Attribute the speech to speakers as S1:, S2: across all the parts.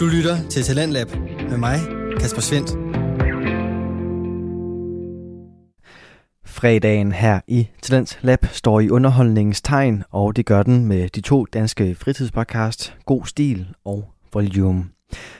S1: Du lytter til Talentlab med mig, Kasper Svendt.
S2: Fredagen her i Talents Lab står i underholdningens tegn, og det gør den med de to danske fritidspodcast God Stil og Volume.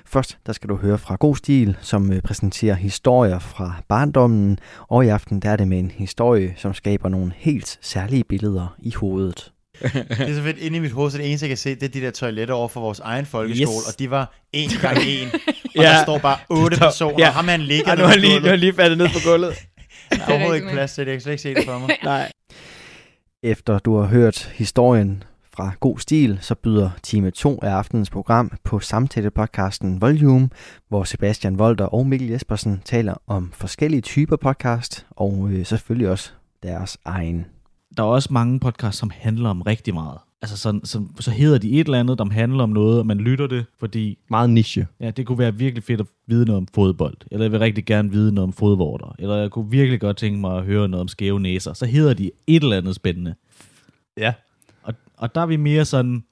S2: Først der skal du høre fra God Stil, som øh, præsenterer historier fra barndommen, og i aften der er det med en historie, som skaber nogle helt særlige billeder i hovedet.
S3: Det er så fedt. Inde i mit hoved, så det eneste, jeg kan se, det er de der toiletter over for vores egen folkeskole, yes. og de var en gang en. Og ja. der står bare otte personer, ja. og ham han ligger
S4: Ej, nu
S3: nede
S4: har
S3: på
S4: jeg lige, nu
S3: gulvet.
S4: har jeg lige faldet ned på gulvet.
S3: Der er overhovedet ikke
S5: rigtigt,
S3: plads til det. Jeg kan slet ikke se det for mig.
S4: Nej.
S2: Efter du har hørt historien fra God Stil, så byder time 2 af aftenens program på samtalepodcasten Volume, hvor Sebastian Volter og Mikkel Jespersen taler om forskellige typer podcast, og øh, selvfølgelig også deres egen.
S6: der er også mange podcasts, som handler om rigtig meget. Altså, så, så, så hedder de et eller andet, der handler om noget, og man lytter det, fordi
S4: Meget niche.
S6: ja, det kunne være virkelig fedt at vide noget om fodbold, eller jeg vil rigtig gerne vide noget om fodvorter, eller jeg kunne virkelig godt tænke mig at høre noget om skæve næser. Så hedder de et eller andet spændende.
S4: Ja.
S6: Og, og der er vi mere sådan,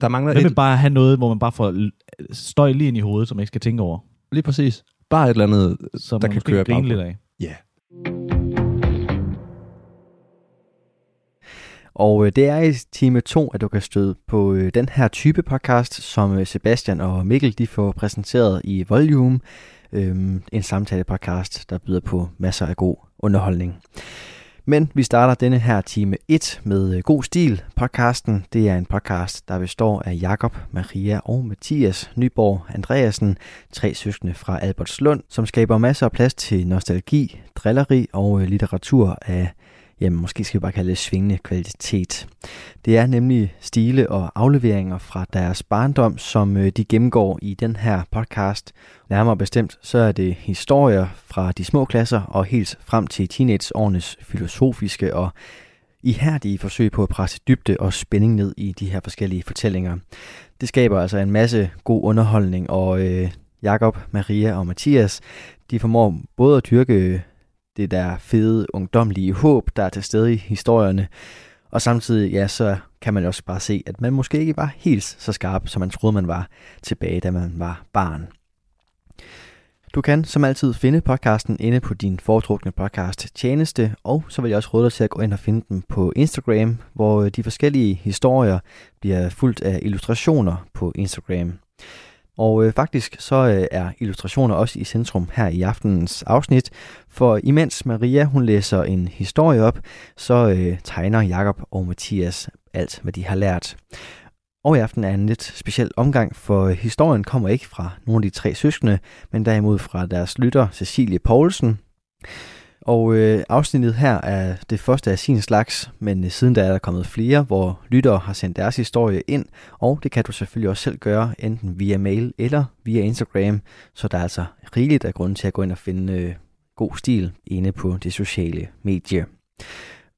S4: Der mangler
S6: hvem
S4: et,
S6: vil bare have noget, hvor man bare får l- støj lige ind i hovedet, som man ikke skal tænke over,
S4: lige præcis. Bare et eller andet,
S6: som
S4: der
S6: man
S4: kan
S6: måske
S4: køre i
S6: grine lidt
S4: baggrunden.
S6: af.
S4: Ja.
S2: Og øh, det er i time 2, at du kan støde på øh, den her type podcast, som øh, Sebastian og Mikkel de får præsenteret i Volume, øhm, en samtalepodcast, der byder på masser af god underholdning. Men vi starter denne her time 1 med øh, God Stil. Podcasten det er en podcast, der består af Jakob, Maria og Mathias Nyborg Andreasen, tre søskende fra Albertslund, som skaber masser af plads til nostalgi, drilleri og øh, litteratur af Jamen, måske skal vi bare kalde det svingende kvalitet. Det er nemlig stile og afleveringer fra deres barndom, som øh, de gennemgår i den her podcast. Nærmere bestemt, så er det historier fra de små klasser og helt frem til teenageårenes filosofiske og ihærdige forsøg på at presse dybde og spænding ned i de her forskellige fortællinger. Det skaber altså en masse god underholdning, og øh, Jakob, Maria og Mathias, de formår både at dyrke øh, det der fede, ungdomlige håb, der er til stede i historierne. Og samtidig, ja, så kan man også bare se, at man måske ikke var helt så skarp, som man troede, man var tilbage, da man var barn. Du kan som altid finde podcasten inde på din foretrukne podcast tjeneste, og så vil jeg også råde dig til at gå ind og finde dem på Instagram, hvor øh, de forskellige historier bliver fuldt af illustrationer på Instagram. Og øh, faktisk så øh, er illustrationer også i centrum her i aftenens afsnit, for imens Maria hun læser en historie op, så øh, tegner Jakob og Mathias alt, hvad de har lært. Og i aften er en lidt speciel omgang, for historien kommer ikke fra nogle af de tre søskende, men derimod fra deres lytter Cecilie Poulsen. Og øh, afsnittet her er det første af sin slags, men øh, siden da er der kommet flere, hvor lyttere har sendt deres historie ind, og det kan du selvfølgelig også selv gøre, enten via mail eller via Instagram, så der er altså rigeligt af grund til at gå ind og finde øh, god stil inde på det sociale medie.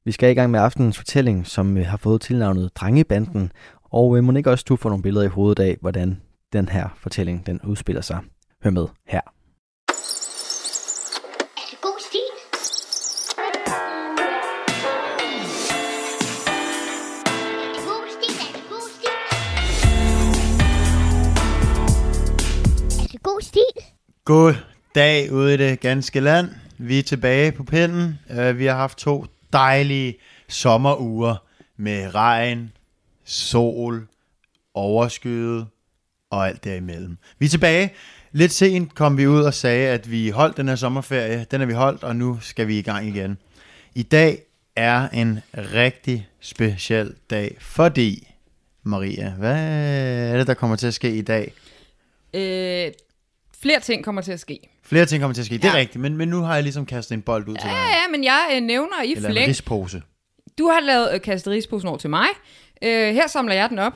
S2: Vi skal i gang med aftenens fortælling, som øh, har fået tilnavnet Drengebanden, og øh, må ikke også du får nogle billeder i hovedet af, hvordan den her fortælling den udspiller sig. Hør med her.
S7: God stil. God stil, er det god stil? Er det god stil?
S3: God dag ude i det ganske land. Vi er tilbage på pinden. Uh, vi har haft to dejlige sommeruger med regn, sol, overskyet og alt derimellem. Vi er tilbage. Lidt sent kom vi ud og sagde, at vi holdt den her sommerferie. Den er vi holdt, og nu skal vi i gang igen. I dag er en rigtig speciel dag, fordi... Maria, hvad er det, der kommer til at ske i dag?
S5: Øh, flere ting kommer til at ske.
S3: Flere ting kommer til at ske, det er
S5: Ja.
S3: rigtigt, men, men nu har jeg ligesom kastet en bold ud til dig.
S5: Ja, ja, men jeg øh, nævner i
S3: Eller en
S5: flæng.
S3: rispose.
S5: Du har lavet øh, kastet risposen over til mig. Øh, her samler jeg den op.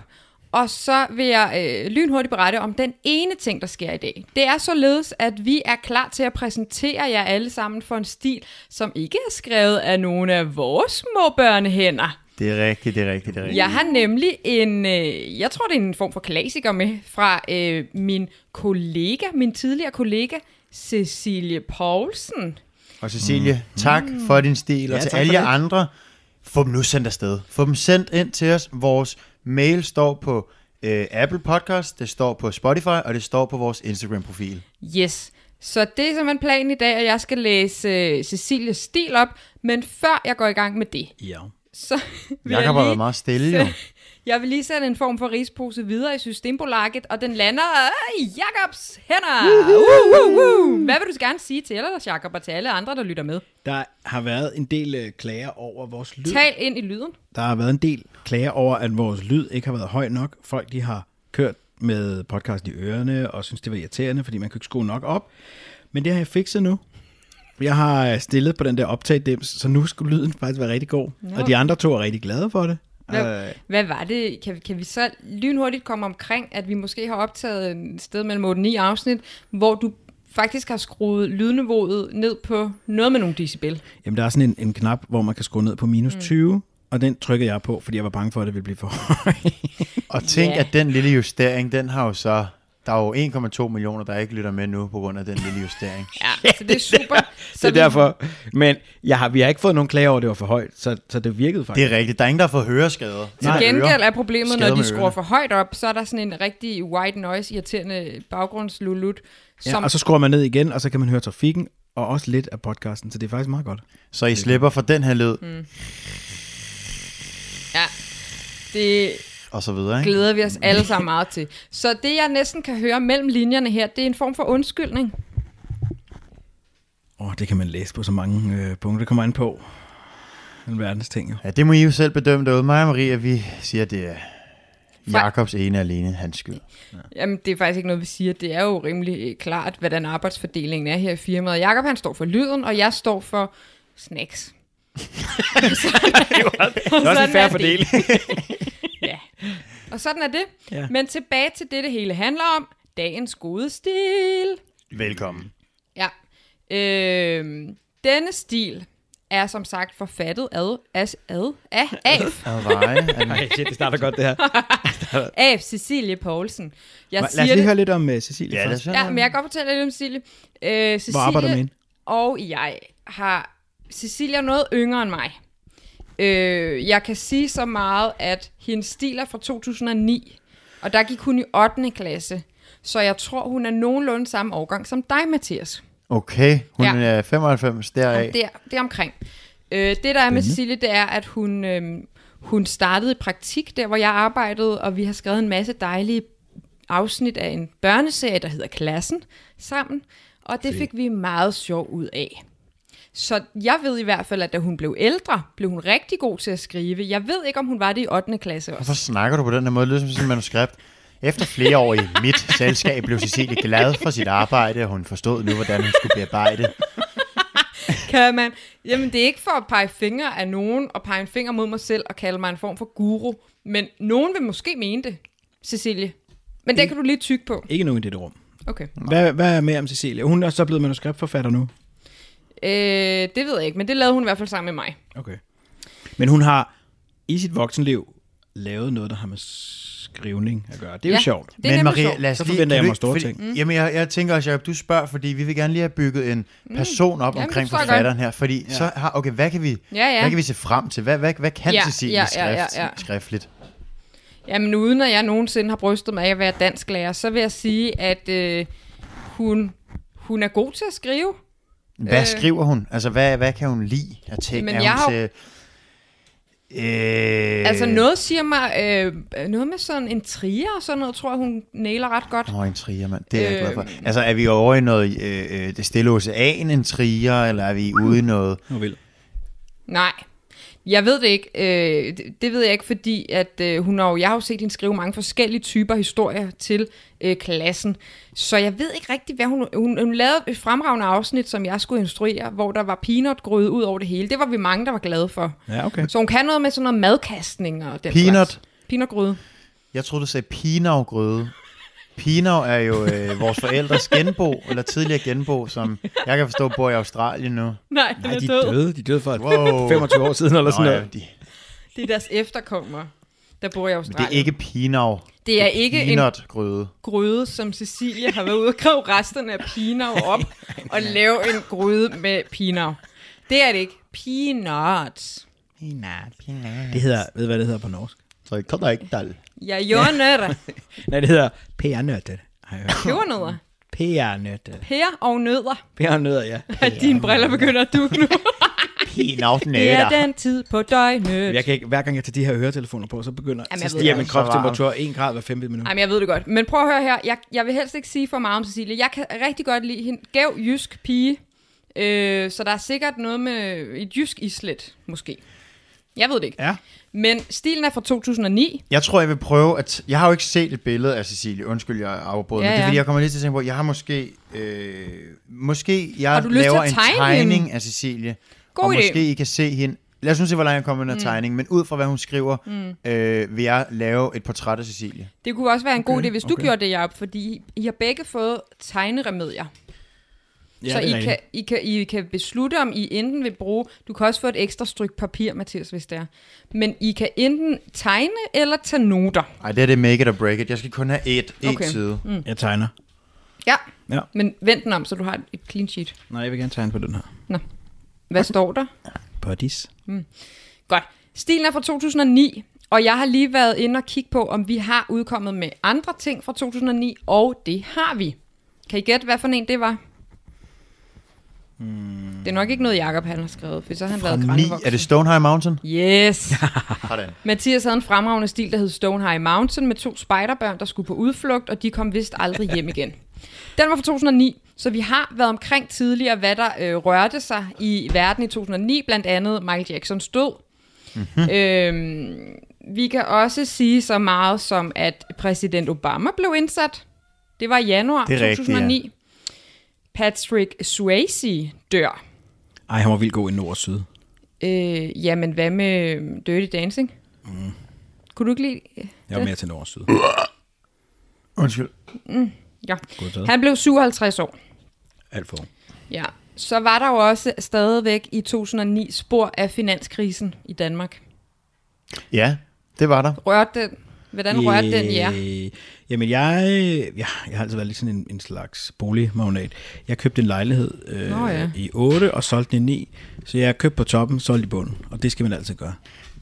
S5: Og så vil jeg øh, lynhurtigt berette om den ene ting, der sker i dag. Det er således, at vi er klar til at præsentere jer alle sammen for en stil, som ikke er skrevet af nogle af vores små børnehænder.
S3: Det er rigtigt, det er rigtigt, det er rigtigt.
S5: Jeg har nemlig en, øh, jeg tror det er en form for klassiker med fra øh, min kollega, min tidligere kollega, Cecilie Poulsen.
S3: Og Cecilie, mm. tak for din stil, og
S4: Ja,
S3: til
S4: tak
S3: alle
S4: for
S3: jer
S4: det.
S3: andre, få dem nu sendt afsted. Få dem sendt ind til os. Vores mail står på øh, Apple Podcast, det står på Spotify, og det står på vores Instagram-profil.
S5: Yes. Så det er simpelthen planen i dag, at jeg skal læse øh, Cecilias stil op, men før jeg går i gang med det,
S1: Ja.
S5: så vil
S3: Jakob har
S5: jeg,
S3: været
S5: lige,
S3: meget stille, jo.
S5: jeg vil lige sende en form for rispose videre i Systembolaget, og den lander øh, i Jakobs hænder. Uh, uh, uh. Hvad vil du så gerne sige til ellers, Jakob, og til alle andre, der lytter med?
S8: Der har været en del øh, klager over vores lyd.
S5: Tal ind i lyden.
S8: Der har været en del klager over, at vores lyd ikke har været høj nok. Folk de har kørt med podcast i ørerne og synes, det var irriterende, fordi man kunne ikke skrue nok op. Men det har jeg fikset nu. Jeg har øh, stillet på den der optagdems, så nu skulle lyden faktisk være rigtig god. Ja. Og de andre to er rigtig glade for det.
S5: Hvad,
S8: Øh,
S5: hvad var det? Kan, vi- kan vi så lynhurtigt komme omkring, at vi måske har optaget et sted mellem 8 og 9 afsnit, hvor du faktisk har skruet lydniveauet ned på noget med nogle decibel.
S8: Jamen, der er sådan en, en knap, hvor man kan skrue ned på minus 20, og den trykkede jeg på, fordi jeg var bange for, at det ville blive for højt.
S3: Og tænk,
S5: Ja.
S3: yeah. at den lille justering, den har jo så... Der er jo 1,2 millioner, der ikke lytter med nu, på grund af den lille justering.
S5: Ja, så det er super.
S8: Så
S5: Så
S8: det er derfor. Men jeg har, vi har ikke fået nogen klager over, at det var for højt, så, så det virkede faktisk.
S3: Det er rigtigt. Der er ingen, der får høreskader.
S5: Til
S3: Nej,
S5: gengæld
S3: ører.
S5: er problemet,
S3: Skader
S5: når de
S3: med
S5: skruer
S3: ørerne.
S5: for højt op, så er der sådan en rigtig white noise, irriterende baggrundslulut,
S8: ja,
S5: som
S8: og så skruer man ned igen, og så kan man høre trafikken, og også lidt af podcasten, så det er faktisk meget godt.
S3: Så I slipper for den her lyd, mm.
S5: ja, det
S3: og så videre, ikke?
S5: glæder vi os alle sammen meget til. Så det, jeg næsten kan høre mellem linjerne her, det er en form for undskyldning.
S8: Åh, oh, det kan man læse på så mange øh, punkter, det kommer an på. En verdens ting, jo.
S3: Ja, det må I jo selv bedømme derude. Mig og Maria, vi siger, at det er Jakobs ene og alene hans skyld.
S5: Jamen, det er faktisk ikke noget, vi siger. Det er jo rimelig øh, klart, hvordan arbejdsfordelingen er her i firmaet. Jakob han står for lyden, og jeg står for snacks. sådan, det er også en fair fordeling. ja, og sådan er det. Ja. Men tilbage til det, det hele handler om. Dagens gode stil.
S3: Velkommen.
S5: Ja. Øhm, denne stil er som sagt forfattet ad, as, ad, af, af,
S3: Adveje.
S2: Shit, det starter godt det her.
S5: af Cecilie Poulsen. Jeg
S8: Lad os
S5: siger
S8: lige
S5: det.
S8: høre lidt om uh, Cecilie
S3: Ja,
S8: ja,
S3: det er
S8: først.
S3: sådan.
S5: Ja, men jeg kan godt fortælle lidt om Cecilie. Øh, Cecilie
S8: Hvor arbejder du med hende?
S5: Og jeg har... Cecilie er noget yngre end mig. Øh, jeg kan sige så meget, at hendes stil er fra 2009, og der gik hun i 8. klasse. Så jeg tror, hun er nogenlunde samme årgang som dig, Mathias.
S3: Okay, hun
S5: Ja.
S3: er 95 deraf.
S5: Om Det er, det er omkring. Øh, det, der er med Cecilie, det er, at hun, øh, hun startede i praktik, der hvor jeg arbejdede, og vi har skrevet en masse dejlige afsnit af en børneserie, der hedder Klassen, sammen. Og det fik vi meget sjov ud af. Så jeg ved i hvert fald, at da hun blev ældre, blev hun rigtig god til at skrive. Jeg ved ikke, om hun var det i 8. klasse også.
S3: Hvorfor snakker du på den her måde? Det lyder som sådan et manuskript. Efter flere år i mit selskab blev Cecilie glad for sit arbejde, og hun forstod nu, hvordan hun skulle bearbejde.
S5: Kan man? Jamen, det er ikke for at pege fingre af nogen, og pege en finger mod mig selv, og kalde mig en form for guru. Men nogen vil måske mene det, Cecilie. Men den kan du lige tykke på.
S8: Ikke nogen i dette rum.
S5: Okay.
S8: Hvad, hvad er med om Cecilie? Hun er så blevet manuskriptforfatter nu.
S5: Øh, det ved jeg ikke, men det lavede hun i hvert fald sammen med mig.
S8: Okay. Men hun har i sit voksenliv lavet noget, der har med skrivning at gøre. Det er ja. jo
S5: Ja.
S8: sjovt.
S5: Det er
S3: Men
S5: nemlig
S3: Maria,
S5: sjovt.
S3: lad os
S8: Så
S3: lige,
S8: forventer
S3: kan
S8: jeg
S3: du
S8: mig
S3: ikke-
S8: store
S3: fordi,
S8: ting.
S3: Jamen, jeg, jeg tænker også, Jacob, du spørger, fordi vi vil gerne lige have bygget en person op
S5: Mm. Jamen, det
S3: omkring
S5: forstår jeg
S3: forfatteren her. Fordi ja. så har, okay, hvad kan, vi,
S5: Ja, ja.
S3: hvad kan vi se frem til? Hvad, hvad, hvad kan
S5: Ja,
S3: Cecilie
S5: ja,
S3: skrift,
S5: ja, ja, ja.
S3: skriftligt?
S5: Jamen, uden at jeg nogensinde har brystet mig af at være dansklærer, så vil jeg sige, at øh, hun, hun er god til at skrive.
S3: Hvad
S5: Øh.
S3: øh. skriver hun? Altså, hvad, hvad kan hun lide af ting?
S5: Jamen,
S3: er hun
S5: jeg har-
S3: til, øh,
S5: Øh. Altså, noget siger mig, øh, noget med sådan en trier og sådan noget, tror jeg, hun nailer ret godt.
S3: Åh, en trier, mand. Det er jeg glad for.
S5: Øh.
S3: Altså, er vi over i noget, øh, øh, det stille ocean, en trier, eller er vi ude i noget?
S5: Nej. Jeg ved det ikke. Øh, det, det ved jeg ikke, fordi at, øh, hun har jo, jeg har jo set hende skrive mange forskellige typer historier til øh, klassen. Så jeg ved ikke rigtig, hvad hun, hun... Hun lavede et fremragende afsnit, som jeg skulle instruere, hvor der var peanutgrøde ud over det hele. Det var vi mange, der var glade for.
S8: Ja, okay.
S5: Så hun kan noget med sådan noget madkastning og den
S3: Peanut?
S5: slags. Peanutgrøde.
S3: Jeg troede, du sagde pinavgrøde. Pinav er jo øh, vores forældres genbo, eller tidligere genbo, som jeg kan forstå bor i Australien nu.
S5: Nej, den
S8: Nej,
S5: er
S8: de
S5: død.
S8: døde. De døde for
S3: Wow.
S8: 25 år siden eller
S3: Nå,
S8: sådan
S3: ja,
S8: noget.
S3: de,
S5: Det er deres efterkommere, der bor i
S3: men det
S5: Australien.
S3: er ikke pinav.
S5: det er ikke en
S3: Pinotgrøde.
S5: gryde, som Cecilie har været ude og grave resterne af pinav op, og lave en gryde med pinav. Det er det ikke. Peanuts.
S8: Det hedder, ved du, hvad det hedder på norsk?
S3: Så jeg kommer ikke dal.
S5: Jeg jordnødder.
S8: Nej, det hedder PR-nødder. Har jeg hørt.
S5: Jordnødder.
S8: PR-nødder.
S5: Pære og nødder.
S8: PR-nødder, ja.
S5: Dine briller begynder at dukke nu.
S3: Pin af den
S5: Det er
S3: æder.
S5: den tid på døgnet.
S8: Jeg kan ikke, hver gang jeg tager de her høretelefoner på, så begynder
S5: Jamen,
S8: så
S5: jeg ved
S8: stiger
S5: det.
S8: min
S3: Så varm.
S8: kropstemperatur 1 grad hver 5 minut.
S5: Ej, men jeg ved det godt. Men prøv at høre her. Jeg, jeg vil helst ikke sige for meget om Cecilie. Jeg kan rigtig godt lide hende. Gav jysk pige. Øh, så der er sikkert noget med et jysk islet, måske. Jeg ved det ikke.
S3: Ja.
S5: Men stilen er fra 2009.
S3: Jeg tror, jeg vil prøve at... Jeg har jo ikke set et billede af Cecilie. Undskyld, jeg afbrød. Ja,
S5: Ja,
S3: men det er,
S5: ja.
S3: fordi jeg kommer lige til at tænke på, at jeg har måske... Øh, måske jeg
S5: Har du lyst til at
S3: laver en
S5: tegne
S3: tegning
S5: hende?
S3: af Cecilie.
S5: God
S3: og
S5: idé.
S3: måske I kan se hende. Lad os nu se, hvor langt jeg kommer med den her mm. tegning. Men ud fra, hvad hun skriver, mm. øh, vil jeg lave et portræt af Cecilie.
S5: Det kunne også være en god idé, hvis du gjorde det, Jacob, fordi I har begge fået tegneremedier.
S8: Ja,
S5: så
S8: det er
S5: I
S8: rigtigt.
S5: kan, I, kan, I kan beslutte, om I enten vil bruge... Du kan også få et ekstra stykke papir, Mathias, hvis det er. Men I kan enten tegne eller tage noter.
S3: Ej, det er det make it or break it. Jeg skal kun have et, et
S5: Okay.
S3: side. Mm.
S8: Jeg tegner.
S5: Ja.
S8: Ja.
S5: Men vend den om, så du har et clean sheet.
S8: Nej, jeg vil gerne tegne på den her.
S5: Hvad står der?
S8: Buddies.
S5: Godt. Stilen er fra 2009, og jeg har lige været inde og kigge på, om vi har udkommet med andre ting fra 2009, og det har vi. Kan I gætte, hvad for en det var? Hmm. Det er nok ikke noget, Jacob han har skrevet, for så har han lavet
S3: Ni, er det
S5: grænvoksen.
S3: Stonehenge Mountain?
S5: Yes!
S3: Sådan.
S5: Mathias havde en fremragende stil, der hed Stonehenge Mountain, med to spejderbørn, der skulle på udflugt, og de kom vist aldrig hjem igen. Den var fra 2009, så vi har været omkring tidligere, hvad der øh, rørte sig i verden i 2009, blandt andet Michael Jacksons død.
S3: Mhm.
S5: Mm-hmm. Øhm, vi kan også sige så meget som, at præsident Obama blev indsat. Det var i januar
S3: Det er rigtigt,
S5: 2009. Rigtigt, ja. Patrick Swayze dør.
S8: Ej, han var vildt god i nord og syd.
S5: Øh, jamen, hvad med øh, Dirty Dancing? Mm. Kunne du ikke lide øh,
S8: Jeg var mere til nord og syd.
S3: Undskyld.
S5: Ja.
S8: taget.
S5: Han blev 57 år.
S8: Alt for.
S5: Ja. Så var der jo også stadigvæk i 2009 spor af finanskrisen i Danmark.
S3: Ja, det var der.
S5: Rørte den? Hvordan rørte den jer?
S8: Øh, Jamen, jeg, ja, jeg har altid været lidt sådan en, en slags boligmagnat. Jeg købte en lejlighed øh,
S5: Nå ja.
S8: i 8 og solgte den i 9. Så jeg købte på toppen, solgte i bunden. Og det skal man altid gøre.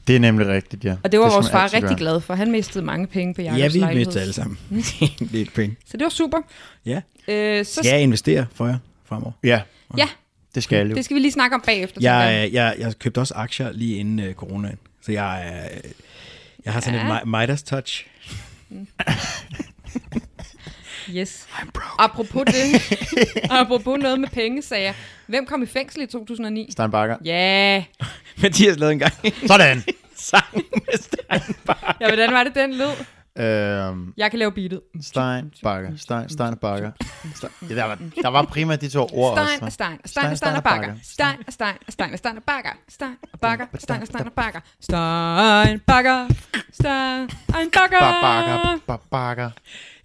S3: Det er nemlig rigtigt, ja.
S5: Og det var
S3: skal
S5: det vores
S3: man
S5: far
S3: altid
S5: rigtig
S3: gøre.
S5: glad for. Han mistede mange penge på Jacobs
S8: ja, vi
S5: lejlighed.
S8: mistede alle sammen. det er et penge.
S5: Så det var super.
S8: Ja.
S5: Øh, så,
S8: Skal jeg investere for jer fremover?
S3: Ja,
S5: ja,
S3: det skal jeg jo.
S5: det skal vi lige snakke om bagefter. tænker jeg.
S8: Jeg, jeg, jeg købte også aktier lige inden øh, coronaen. Så jeg, øh, jeg har sådan ja. en mi- Midas touch.
S5: Yes. Apropos det. apropos noget med penge, sagde jeg. Hvem kom i fængsel i 2009?
S3: Stein Bakker.
S5: Ja,
S8: Mathias lavede engang en
S3: Sådan.
S8: sang med Steinbach.
S5: ja hvordan var det, den lød?
S3: øhm,
S5: Jeg kan lave beatet.
S3: Stein Bakker. Stein, Stein Bakker. Stein. Ja, der, var, der var primært de to ord
S5: Stein
S3: også.
S5: og stein, og stein og stein og bakker. Stein og stein, og stein og stein og bakker. Stein og bakker, stein og stein og bakker. Stein, bakker, stein, en bakker.
S3: Ba- Bakker. Ba- Bakker.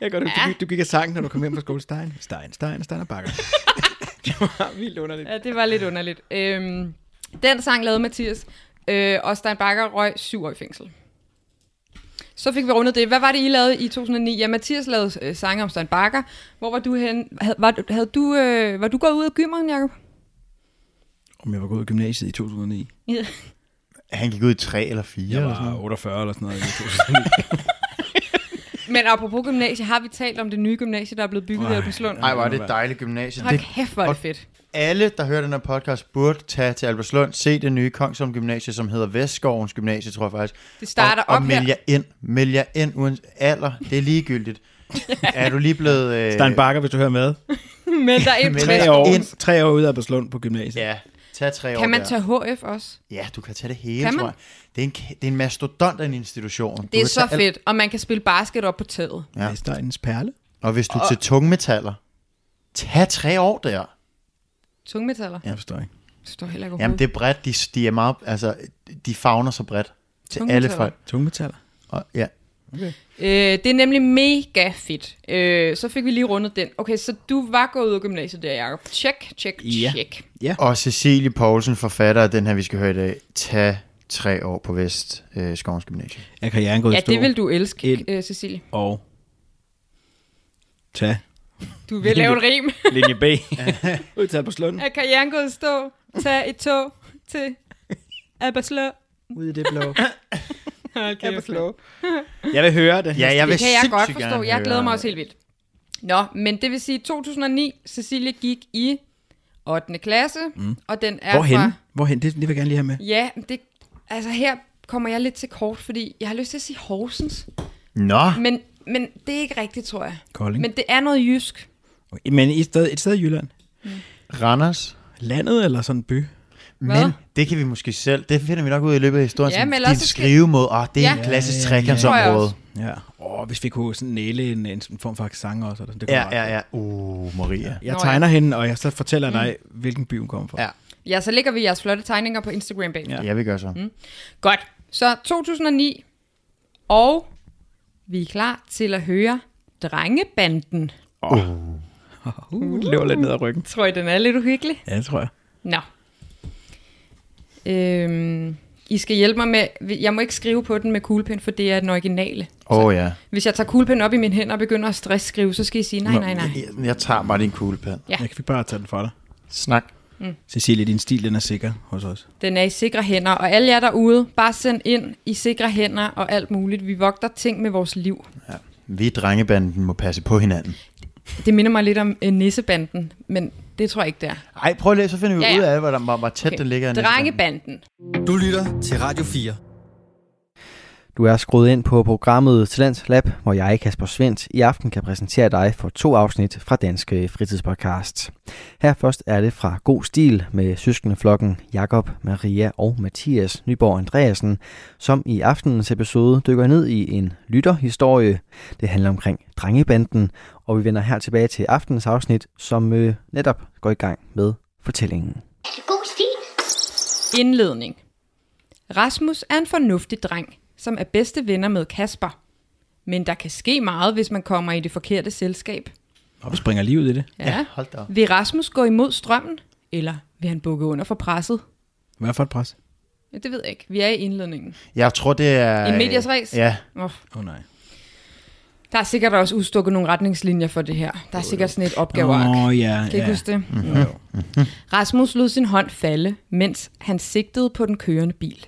S8: Jeg godt, du, du, du gik af sangen, når du kom hjem fra skole. Stein, Stein, Stein, Stein og Bakker. det var vildt underligt.
S5: Ja, det var lidt underligt. Øhm, den sang lavede Mathias, øh, og Stein Bakker røg syv år i fængsel. Så fik vi rundet det. Hvad var det, I lavede i 2009? Ja, Mathias lavede øh, sange om Stein Bakker. Hvor var du hen? Hav, var, du- havde du, øh, var du gået ud af gymmeren, Jacob?
S8: Om jeg var gået i gymnasiet i 2009.
S3: Han gik ud i tre eller fire.
S8: Jeg
S3: eller sådan
S8: var
S3: noget.
S8: 48 eller sådan noget i 2009.
S5: Men apropos gymnasie, har vi talt om det nye gymnasie, der er blevet bygget i Albertslund?
S3: Ej, var det et dejligt gymnasium.
S5: Hold
S3: Det,
S5: kæft, hvor er det fedt.
S3: alle, der hører den her podcast, burde tage til Albertslund, se det nye Kongsholm Gymnasie, som hedder Vestskovens Gymnasie, tror jeg faktisk.
S5: Det starter
S3: og, og
S5: op her.
S3: meld jer ind. Meld jer ind uden alder. Det er ligegyldigt. er du lige blevet... Øh,
S8: Stein Bakker, hvis du hører med.
S5: Men der er en
S3: Men
S5: plads.
S8: Tre år,
S3: Ind.
S8: tre år ude af Berslund på gymnasiet.
S3: Ja, tag tre år
S5: Kan man
S3: der.
S5: tage HF også?
S3: Ja, du kan tage det hele,
S5: Kan man?
S3: tror jeg. Det er en, kæ- det er en mastodont af en institution. Du
S5: Det er
S3: kan
S5: så
S3: tage alt-
S5: fedt, og man kan spille basket op på taget.
S3: Ja.
S8: Ja. Steinens perle.
S3: Og hvis du er til tungmetaller, tag tre år der.
S5: Tungmetaller.
S8: Jeg forstår ikke.
S5: Det står heller ikke
S3: Jamen, det er bredt. De, de er meget... Altså, de fagner så bredt. Til alle
S5: Tungmetaller.
S3: folk.
S8: Tungmetaller.
S3: Og, ja.
S5: øh, det er nemlig mega fedt. Øh, så fik vi lige rundet den. Okay, så du var gået ud af gymnasiet der, Jacob. Tjek, tjek,
S8: Ja.
S5: tjek.
S3: Og Cecilie Poulsen, forfatter af den her, vi skal høre i dag, tag tre år på Vest øh, Skovens Gymnasium.
S8: Er karrieren gået i
S5: Ja,
S8: stå?
S5: det vil du elske,
S8: Et-
S5: øh, Cecilie.
S8: Og tag
S5: Du vil lave en rim.
S8: linje B. Ud til Albertslund.
S5: Er karrieren gået i stå? Tag et tog til Albertslund.
S8: Ud i det blå.
S5: Hold kæft, flow.
S8: Jeg vil høre det.
S3: Ja, jeg vil
S5: det kan jeg godt
S3: sindssygt
S5: forstå.
S3: gerne
S5: Jeg glæder
S3: høre.
S5: mig også helt vildt. Nå, men det vil sige, 2009, Cecilie gik i 8. klasse, mm. og den er
S8: Hvorhen?
S5: fra...
S8: Hvorhen? Det, det vil jeg gerne lige have med.
S5: Ja, det, altså her kommer jeg lidt til kort, fordi jeg har lyst til at sige Horsens,
S3: Nå,
S5: men, men det er ikke rigtigt, tror jeg.
S8: Kolding. Men,
S5: Men det er noget jysk.
S8: men et, sted, et sted i Jylland.
S3: Randers.
S8: Landet eller sådan en by?
S5: Hvad?
S3: Men det kan vi måske selv. Det finder vi nok ud i løbet af historien.
S5: Ja,
S3: Ja,
S5: men
S3: men
S5: ellers
S3: din
S5: så skal-
S3: skrivemåde. Åh, det er ja.
S5: Ja.
S3: en klassisk
S8: Ja, ja, ja.
S5: Tror jeg
S3: trekantsområde.
S5: også.
S8: Ja. Åh, hvis vi kunne sådan næle en, en sådan form for accent også. Eller sådan, det kunne
S3: Ja,
S8: være ret
S3: ja, ja. Uh, Maria.
S8: fedt. Jeg
S5: Nå, Mm.
S8: tegner hende, og jeg så fortæller dig, hvilken by hun kommer fra.
S3: Ja.
S5: Ja, så lægger vi jeres flotte tegninger på Instagram bag.
S3: Ja, vi gør så. Mm.
S5: Godt. Så 2009, og vi er klar til at høre Drengebanden.
S8: Uh, det løber lidt ned ad ryggen.
S5: Tror I, den er lidt uhyggelig?
S8: Ja, det tror jeg.
S5: Nå. Øhm, I skal hjælpe mig med... Jeg må ikke skrive på den med kuglepen, for det er den originale.
S3: Åh oh, ja.
S5: Hvis jeg tager kuglepen op i mine hænder og begynder at stressskrive, så skal I sige nej, nej, nej.
S3: Jeg, jeg tager bare din kuglepen.
S5: Ja.
S8: Jeg kan bare tage den fra dig.
S3: Snak.
S5: Mm.
S8: Cecilie, din stil den er sikker hos os.
S5: Den er i sikre hænder, og alle jer derude, bare send ind i sikre hænder og alt muligt. Vi vogter ting med vores liv.
S3: Vi i drengebanden må passe på hinanden.
S5: Det minder mig lidt om øh, nissebanden, men det tror jeg ikke, det er.
S3: Ej, prøv lige, så finder vi
S5: Ja,
S3: ja, ja.
S5: ja.
S3: ud af, hvor, der, hvor, hvor tæt okay. den ligger. næste gang.
S5: Drengebanden.
S1: Du lytter til Radio 4.
S2: Du er skruet ind på programmet Talent Lab, hvor jeg, Kasper Svendt, i aften kan præsentere dig for to afsnit fra Danske Fritidspodcast. Her først er det fra God Stil med søskendeflokken Jakob, Maria og Mathias Nyborg Andreasen, som i aftenens episode dykker ned i en lytterhistorie. Det handler omkring drengebanden, og vi vender her tilbage til aftenens afsnit, som øh, netop går i gang med fortællingen.
S7: Er det god stil?
S5: Indledning. Rasmus er en fornuftig dreng, som er bedste venner med Kasper. Men der kan ske meget, hvis man kommer i det forkerte selskab.
S8: Og du springer lige ud i det.
S5: Ja.
S3: Hold da op.
S5: Vil Rasmus gå imod strømmen, eller vil han bukke under for presset?
S8: Hvad for et pres?
S5: Ja, det ved jeg ikke. Vi er i indledningen.
S3: Jeg tror, det er...
S5: En medias res?
S3: Ja.
S5: Oh,
S8: Åh oh, nej.
S5: der er sikkert også udstukket nogle retningslinjer for det her. Der er sikkert sådan et opgaveark.
S8: Åh oh, ja,
S5: Kan I
S8: ja. Mhm.
S5: ikke huske det? Rasmus lod sin hånd falde, mens han sigtede på den kørende bil.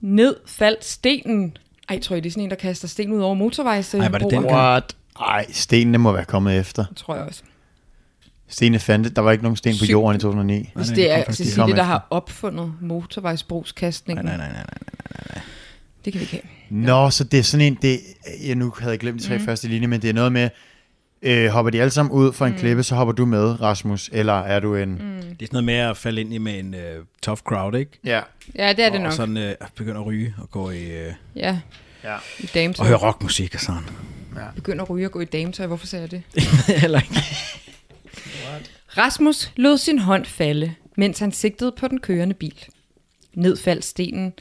S5: Ned faldt stenen. Ej, tror I, det er sådan en, der kaster sten ud over motorvejs?
S8: Ej, var det den gang?
S3: What? Ej, stenene må være kommet efter.
S5: Tror jeg også.
S3: Stenene fandt Der var ikke nogen sten på
S5: Sygt.
S3: jorden i 2009.
S5: Hvis
S8: nej, de
S5: det
S8: kom
S5: er
S8: først, de
S5: Cecilie,
S3: kom
S5: der
S3: efter.
S5: har opfundet motorvejsbrugskastningen.
S8: Nej, nej, nej, nej.
S5: Det kan vi ikke have.
S3: Nå, så det er sådan en, det, jeg nu havde jeg glemt de
S5: Mhm.
S3: tre mm. første linjer, men det er noget med, øh, hopper de alle sammen ud fra en
S5: Mhm.
S3: mm. klippe, så hopper du med, Rasmus, eller er du en... Mm.
S8: Det er sådan noget med at falde ind i med en uh, tough crowd, ikke?
S3: Ja.
S5: Ja, det er det
S8: og
S5: nok.
S8: sådan uh, begynde at ryge og gå i... Uh,
S5: Ja,
S3: ja.
S5: i dametøj.
S8: og høre rockmusik og sådan.
S5: Begynder at ryge og gå i dametøj. Hvorfor sagde jeg det?
S8: Heller ikke.
S5: Rasmus lod sin hånd falde, mens han sigtede på den kørende bil. Ned faldt stenen,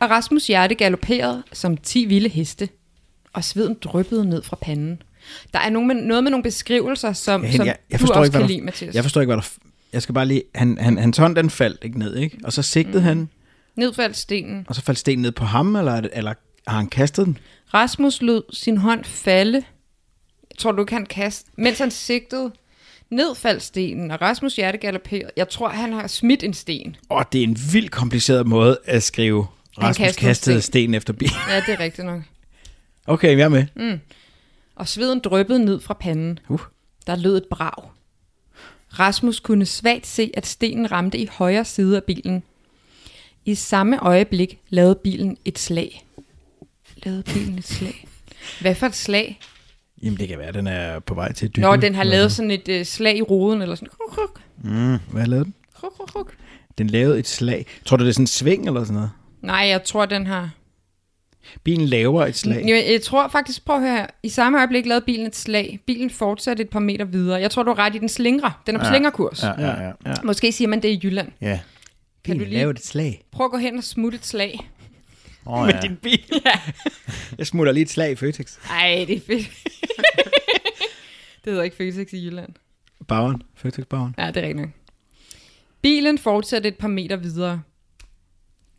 S5: og Rasmus' hjerte galopperede som ti vilde heste, og sveden dryppede ned fra panden. Der er nogen med, noget med nogle beskrivelser, som,
S8: jeg,
S5: som
S8: jeg
S5: du
S8: forstår
S5: også
S8: ikke,
S5: kan
S8: hvad
S5: lide,
S8: der,
S5: Mathias.
S8: Jeg forstår ikke, hvad der... f- Jeg skal bare lige... Han, han, hans hånd, den faldt ikke ned, ikke? Og så sigtede mm. han,
S5: Ned faldt stenen.
S8: og så faldt stenen ned på ham, eller, er det- eller har han kastet den?
S5: Rasmus lod sin hånd falde. Jeg tror, du kan kaste. Mens han sigtede, ned faldt stenen, og Rasmus' hjerte galopperede. Jeg tror, han har smidt en sten.
S8: Åh, det er en vildt kompliceret måde at skrive Rasmus
S5: kastede en
S8: kastede
S5: sten.
S8: sten efter bilen.
S5: Ja, det er rigtigt nok.
S8: Okay, jeg er med.
S5: Mm. og sveden drøbbede ned fra panden.
S8: Uh.
S5: Der lød et brag. Rasmus kunne svagt se, at stenen ramte i højre side af bilen. I samme øjeblik lavede bilen et slag. Lavede bilen et slag? Hvad for et slag?
S8: Jamen, det kan være, den er på vej til dybden.
S5: Nå, den har lavet sådan et øh, slag i ruden, eller sådan. Kruk, kruk,
S8: Hvad lavede den?
S5: kruk, kruk, kruk.
S8: Den lavede et slag. Tror du, det er sådan en sving eller sådan noget?
S5: Nej, jeg tror, den har...
S8: Bilen laver et slag.
S5: Jeg, jeg tror faktisk, prøv at høre her. I samme øjeblik lavede bilen et slag. Bilen fortsatte et par meter videre. Jeg tror, du har ret i, den slingrer. Den er på ja. slingerkurs. Ja.
S3: Ja, ja, ja.
S5: Måske siger man det i Jylland.
S3: ja.
S5: Kan du lige
S8: et slag.
S5: Prøv at gå hen og smutte et slag.
S3: Oh, ja.
S8: Din bil. jeg smutter lige et slag i Føtex.
S5: Ej, det er fedt. det hedder ikke Føtex i Jylland.
S8: Bageren. Føtex bageren.
S5: Ja, det er rigtigt. nok. Bilen fortsatte et par meter videre.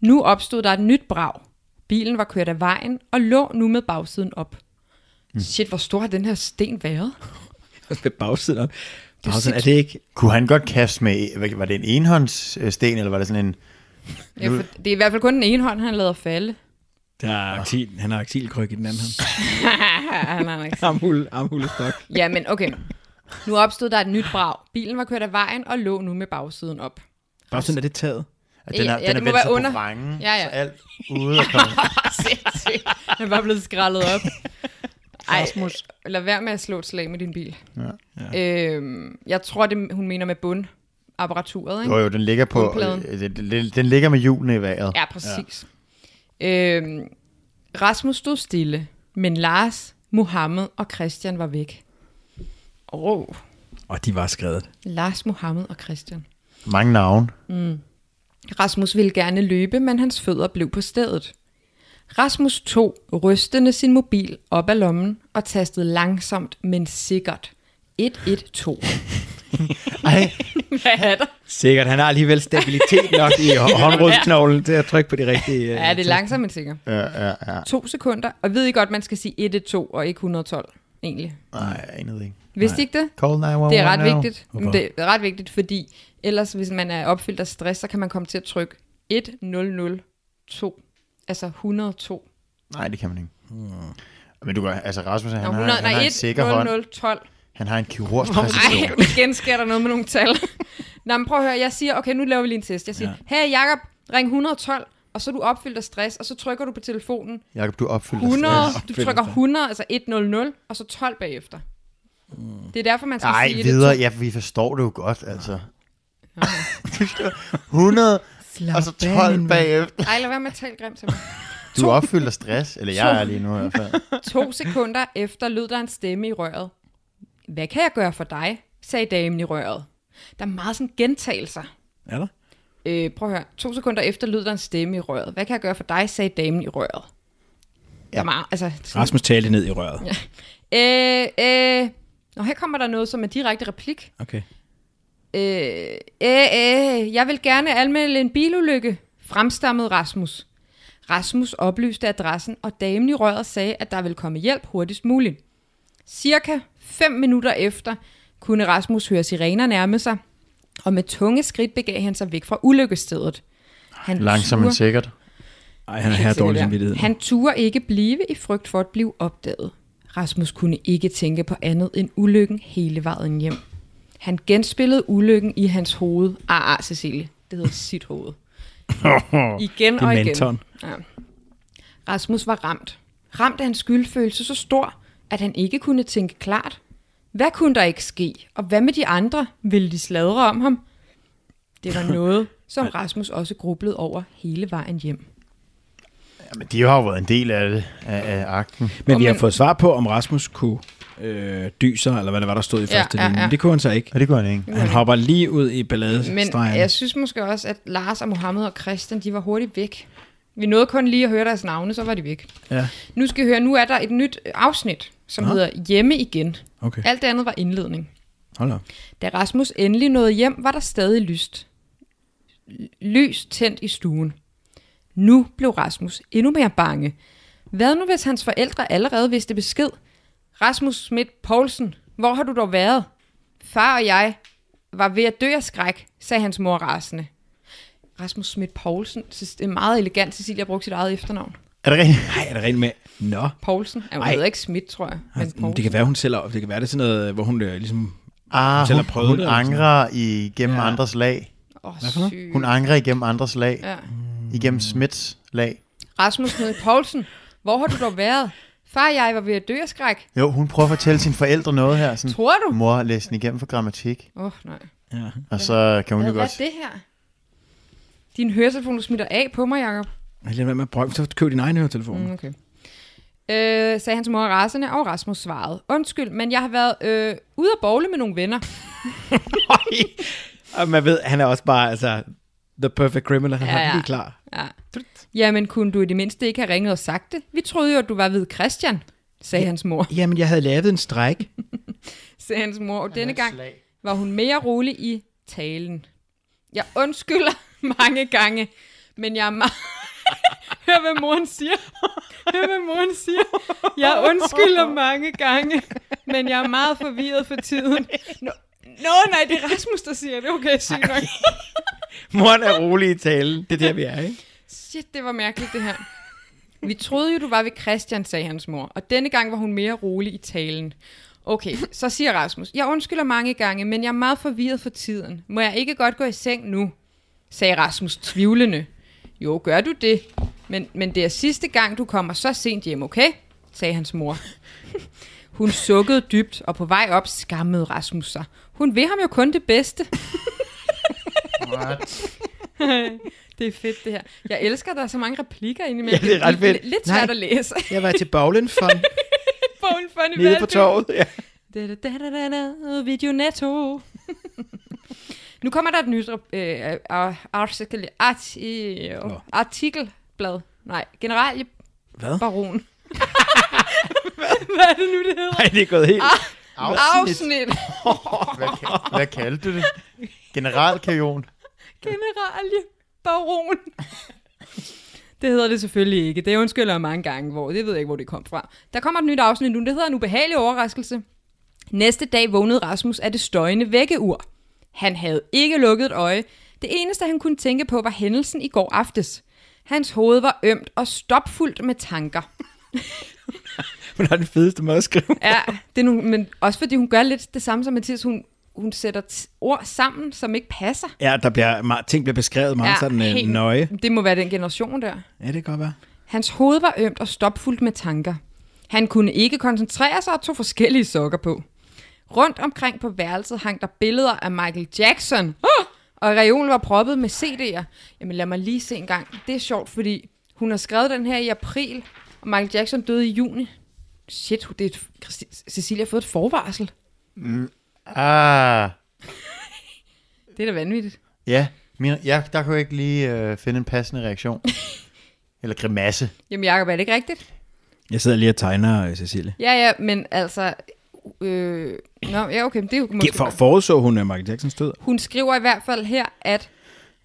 S5: Nu opstod der et nyt brag. Bilen var kørt af vejen og lå nu med bagsiden op. Shit, hvor stor har den her sten været?
S8: Med bagsiden op. Bagsiden, er det ikke?
S3: Kunne han godt kaste med, hvad- var det en enhåndssten, eller var det sådan en...
S5: Ja, for det er i hvert fald kun den ene hånd, han lader falde.
S8: Der er aktil, han har aktilkryg i den anden hånd.
S5: han har nok
S8: Armhul, armhulestok.
S5: Ja, men okay. Nu opstod der et nyt brag. Bilen var kørt af vejen og lå nu med bagsiden op.
S8: Bare sådan er det taget.
S3: At den
S5: Ja,
S3: er,
S5: ja,
S3: den er
S5: det må
S3: vendt
S5: være
S3: sig under.
S5: under.
S3: på vrangen,
S5: Ja, ja.
S3: så alt ude og komme.
S5: Sindssygt. Den var blevet skrællet op. Ej, lad være med at slå et slag med din bil. Ja. Øhm, jeg tror, det hun mener med bundapparaturet, ikke?
S3: Jo, jo, den ligger på,
S5: Bundpladen.
S3: øh, den, den, den ligger med hjulene i vejret.
S5: Ja, præcis. Ja. Øhm, Rasmus stod stille, men Lars, Mohammed og Christian var væk. Åh, oh.
S8: Og de var skrevet.
S5: Lars, Mohammed og Christian.
S3: Mange navne.
S5: Rasmus ville gerne løbe, men hans fødder blev på stedet. Rasmus tog rystende sin mobil op af lommen og tastede langsomt, men sikkert 112.
S3: Ej,
S5: Hvad er der?
S8: Sikkert, han har alligevel stabilitet nok i håndrodsknoglen til at trykke på de rigtige... øh,
S5: Ja, det er langsomt, men sikkert.
S3: ja, ja, ja.
S5: To sekunder, og ved I godt, man skal sige 112 og ikke 112, egentlig.
S3: Nej, jeg anede ikke.
S5: Vidste I ikke det?
S3: Call 911
S5: Det er ret
S3: now.
S5: vigtigt. Men Det er ret vigtigt, fordi ellers, hvis man er opfyldt af stress, så kan man komme til at trykke 1002. Altså 102.
S3: Nej, det kan man ikke. Hmm. Men du gør, altså Rasmus, han,
S5: Nå,
S3: har,
S5: 100,
S3: han har
S5: nej,
S3: en sikker hånd.
S5: 10012.
S3: Han har en kirurgisk
S5: Ej,
S3: præcision.
S5: igen sker der noget med nogle tal. Nå, men prøv at høre, jeg siger, okay, nu laver vi lige en test. Jeg siger, ja. hey Jacob, ring 112, og så er du opfyldt af stress, og så trykker du på telefonen
S3: Jakob, du opfylder
S5: 100, du
S8: opfyldt af
S5: trykker
S8: stress.
S5: 100, altså 100, og så 12 bagefter. Det er derfor, man skal
S3: Nej,
S5: sige
S3: videre.
S5: det.
S3: Ja, vi forstår det jo godt, altså. 100, og så 12 altså, bagefter.
S5: Ej, lad være med at tale grimt til mig.
S3: Du opfylder stress, eller jeg er lige nu i hvert fald.
S5: To sekunder efter lød der en stemme i røret. Hvad kan jeg gøre for dig? sagde damen i røret. Der er meget sådan gentagelser.
S8: Er der?
S5: Øh, prøv at høre. To sekunder efter lød der en stemme i røret. Hvad kan jeg gøre for dig? sagde damen i røret. Ja. Der er meget, altså, sådan-
S8: Rasmus talte ned i røret. Ja.
S5: Øh, øh. Nå, her kommer der noget, som er direkte replik.
S8: Okay.
S5: Øh, øh, øh, jeg vil gerne anmelde en bilulykke, fremstammede Rasmus. Rasmus oplyste adressen, og damen i røret sagde, at der ville komme hjælp hurtigst muligt. Cirka 5 minutter efter kunne Rasmus høre sirener nærme sig, og med tunge skridt begav han sig væk fra ulykkesstedet. Han
S3: Langsomt men
S5: turde-
S3: sikkert.
S8: Ej, han har dårlig samvittighed.
S5: han turde ikke blive i frygt for at blive opdaget. Rasmus kunne ikke tænke på andet end ulykken hele vejen hjem. Han genspillede ulykken i hans hoved. Ah, ah, Cecilie. Det hedder sit hoved. Igen og igen.
S8: mentoren.
S5: Ja. Rasmus var ramt. Ramt af en skyldfølelse så stor, at han ikke kunne tænke klart. Hvad kunne der ikke ske? Og hvad med de andre? Ville de sladre om ham? Det var noget, som Rasmus også grublede over hele vejen hjem.
S3: Jamen, de har jo været en del af det, af, af akten.
S8: Men vi har
S5: men-
S8: fået svar på, om Rasmus kunne øh, dyser, eller hvad det var, der stod i
S5: Ja,
S8: første
S5: ja,
S8: linje.
S5: ja.
S8: Det kunne han så ikke.
S3: Og det gør han ikke.
S8: Han hopper lige ud i
S5: Men
S8: balladestregen.
S5: jeg synes måske også, at Lars og Mohammed og Christian, de var hurtigt væk. Vi nåede kun lige at høre deres navne, så var de væk.
S8: Ja.
S5: Nu skal I høre, nu er der et nyt afsnit, som Aha. hedder Hjemme igen.
S8: Okay,
S5: Alt det andet var indledning.
S8: hold op.
S5: Da Rasmus endelig nåede hjem, var der stadig lyst. Lys tændt i stuen. Nu blev Rasmus endnu mere bange. Hvad nu, hvis hans forældre allerede vidste besked? Rasmus Schmidt Poulsen, hvor har du dog været? Far og jeg var ved at dø af skræk, sagde hans mor rasende. Rasmus Schmidt Poulsen, det er meget elegant, Cecilia brugte sit eget efternavn.
S3: Er det rigtigt?
S8: Nej, er det rent med? Nå.
S5: Poulsen, Ja, hun
S8: Ej.
S5: hedder ikke Schmidt, tror jeg, men
S8: Men
S5: Poulsen.
S8: det kan være, hun sælger op. Det kan være, det er sådan noget, hvor hun øh, ligesom...
S3: Ah,
S8: selv
S3: hun,
S8: har prøvet
S3: hun
S8: det, eller sådan
S3: angrer igennem andres lag.
S5: Åh, syg.
S3: Hun angrer igennem andres lag.
S5: Ja.
S3: Igennem Smits lag.
S5: Rasmus Knud Poulsen, hvor har du dog været? Far og jeg var ved at dø af skræk.
S3: Jo, hun prøver at fortælle sine forældre noget her. Sådan,
S5: Tror du?
S3: Mor, læs den igennem for grammatik.
S5: Åh, oh, nej.
S8: Ja.
S3: Og så kan hun
S5: Hvad
S3: jo
S5: hvad
S3: godt...
S5: er det her? Din høretelefon, du smitter af på mig, Jacob.
S8: Lad være med at prøve, så køb din egen høretelefon.
S5: Mm,
S8: Mm.
S5: okay. Øh, sagde hans mor rasende, og Rasmus svarede. Undskyld, men jeg har været øh, ude at bowle med nogle venner.
S8: Og man ved, han er også bare, altså, the perfect criminal. Han
S5: Ja,
S8: ja, ja.
S5: ja.
S8: lige klar.
S5: Ja. Jamen, kunne du i det mindste ikke have ringet og sagt det? Vi troede jo, at du var ved Christian, sagde hans mor.
S8: Jamen, jeg havde lavet en stræk.
S5: Sagde hans mor, og denne gang var hun mere rolig i talen. Jeg undskylder mange gange, men jeg er meget... Hør, hvad moren siger. Hør, hvad moren siger. Jeg undskylder mange gange, men jeg er meget forvirret for tiden. Nå, Nå nej, det er Rasmus, der siger det. Okay, sygt nok.
S8: Moren er rolig i talen. Det er der, vi er, ikke?
S5: Shit, det var mærkeligt, det her. Vi troede jo, du var ved Christian, sagde hans mor, og denne gang var hun mere rolig i talen. Okay, så siger Rasmus, jeg undskylder mange gange, men jeg er meget forvirret for tiden. Må jeg ikke godt gå i seng nu? sagde Rasmus tvivlende. Jo, gør du det, men, men det er sidste gang, du kommer så sent hjem, okay? sagde hans mor. Hun sukkede dybt, og på vej op skammede Rasmus sig. Hun vil ham jo kun det bedste. Det er fedt, det her. Jeg elsker, at der er så mange replikker inde imellem.
S3: Ja, det er ret fedt.
S5: Lidt- Lidt svært at læse.
S3: Jeg var til bowling fun
S5: Bogen for en
S3: nede på torvet. Ja.
S5: Da, da, da, da, da, video netto. nu kommer der et nyt øh, øh, artikel, art, øh, artikelblad. Nej, generelt
S2: Hvad?
S5: baron. Hvad er det nu, det hedder?
S2: Nej, det er gået helt...
S5: Afsnit.
S3: Hvad, ka- hvad kaldte du det? Generalkajon.
S5: Generalje baron. Det hedder det selvfølgelig ikke. Det undskylder jeg mange gange, hvor det ved jeg ikke, hvor det kom fra. Der kommer et nyt afsnit nu. Det hedder en ubehagelig overraskelse. Næste dag vågnede Rasmus af det støjende vækkeur. Han havde ikke lukket et øje. Det eneste, han kunne tænke på, var hændelsen i går aftes. Hans hoved var ømt og stopfuldt med tanker.
S2: Hun har den fedeste måde at skrive.
S5: Ja, det er nogle, men også fordi hun gør lidt det samme som Mathias. Hun, hun sætter t- ord sammen, som ikke passer.
S8: Ja, der bliver, meget- ting bliver beskrevet meget ja, sådan helt... nøje.
S5: Det må være den generation der.
S8: Ja, det kan godt være.
S5: Hans hoved var ømt og stopfuldt med tanker. Han kunne ikke koncentrere sig og tog forskellige sokker på. Rundt omkring på værelset hang der billeder af Michael Jackson, Ah! og reolen var proppet med CD'er. Jamen lad mig lige se en gang. Det er sjovt, fordi hun har skrevet den her i april, og Michael Jackson døde i juni. Shit, det er et, Christi- Cecilia har fået et forvarsel.
S3: Ah,
S5: Det er da vanvittigt.
S3: ja. Min, ja, der kunne jeg ikke lige øh, finde en passende reaktion. Eller grimasse.
S5: Jamen Jacob, er det ikke rigtigt?
S8: Jeg sidder lige og tegner øh, Cecilie.
S5: Ja, ja, men altså... Øh, nå, ja, okay, men det er jo måske...
S8: Ja, for, forudså hun, at Michael Jacksons død.
S5: Hun skriver i hvert fald her, at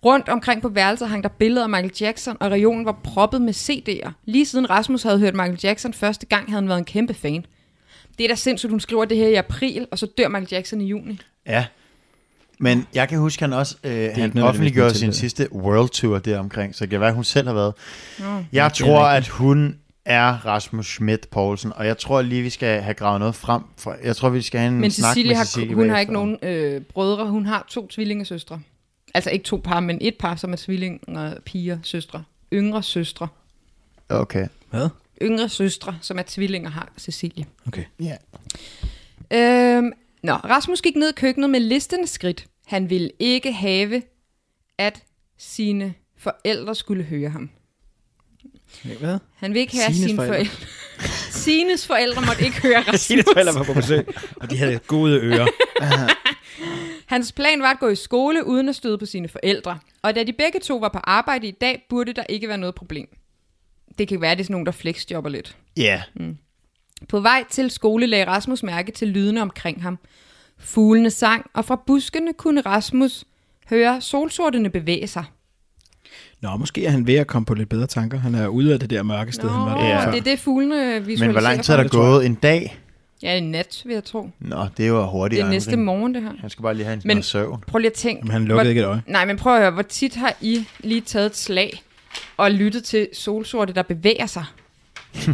S5: rundt omkring på værelset hang der billeder af Michael Jackson, og regionen var proppet med CD'er. Lige siden Rasmus havde hørt Michael Jackson første gang, havde han været en kæmpe fan. Det er da sindssygt, hun skriver det her i april, og så dør Michael Jackson i
S3: Mm,
S5: juni.
S3: Ja. Men jeg kan huske, han også øh, han
S8: nødvendigvis
S3: offentliggjorde
S8: noget
S3: sin
S8: tilfælde.
S3: sidste World Tour der omkring, så det kan være, hun selv har været. Jeg tror, at hun er Rasmus Schmidt Poulsen, og jeg tror lige, vi skal have gravet noget frem. For jeg tror, vi skal have en
S5: Men
S3: snak
S5: Cecilie,
S3: med
S5: har,
S3: Cecilie
S5: hun har
S3: bagefter.
S5: ikke nogen øh, brødre, hun har to tvillingesøstre. Altså ikke to par, men et par, som er tvillinger, piger, søstre. Yngre søstre.
S3: Okay.
S5: Yngre søstre, som er tvillinger, har Cecilie.
S8: Okay.
S3: Ja.
S5: Øhm, nå, Rasmus gik ned i køkkenet med listende skridt. Han ville ikke have, at sine forældre skulle høre ham.
S8: Hvad?
S5: Han vil ikke have, at
S8: Sines
S5: sine
S8: forældre.
S5: forældre... Sines forældre måtte ikke høre
S8: Sine
S5: Rasmus.
S8: forældre var på besøg, og de havde gode ører.
S5: Hans plan var at gå i skole uden at støde på sine forældre. Og da de begge to var på arbejde i dag, burde der ikke være noget problem. Det kan være, at det er sådan nogen, der flexjobber lidt.
S3: Ja.
S5: På vej til skole lagde Rasmus mærke til lydene omkring ham. Fuglene sang, og fra buskene kunne Rasmus høre solsortene bevæge sig.
S8: Nå, måske er han ved at komme på lidt bedre tanker. Han er ude af det der mørke sted, han var der.
S5: ja.
S3: Ja.
S5: det er det fuglene visualiserer.
S3: Men hvor lang tid er der
S5: for ham.
S3: gået? En dag?
S5: Ja, en nat, vil jeg tro. Det
S3: Nå, det var hurtigt.
S5: er næste morgen, det her.
S3: Han skal bare lige have en
S5: Men-
S3: Men... søvn.
S5: Prøv lige at tænke.
S8: Jamen, han lukkede
S5: hvor,
S8: ikke et øje.
S5: Nej, men prøv at høre, hvor tit har I lige taget et slag og lyttet til solsorte, der bevæger sig?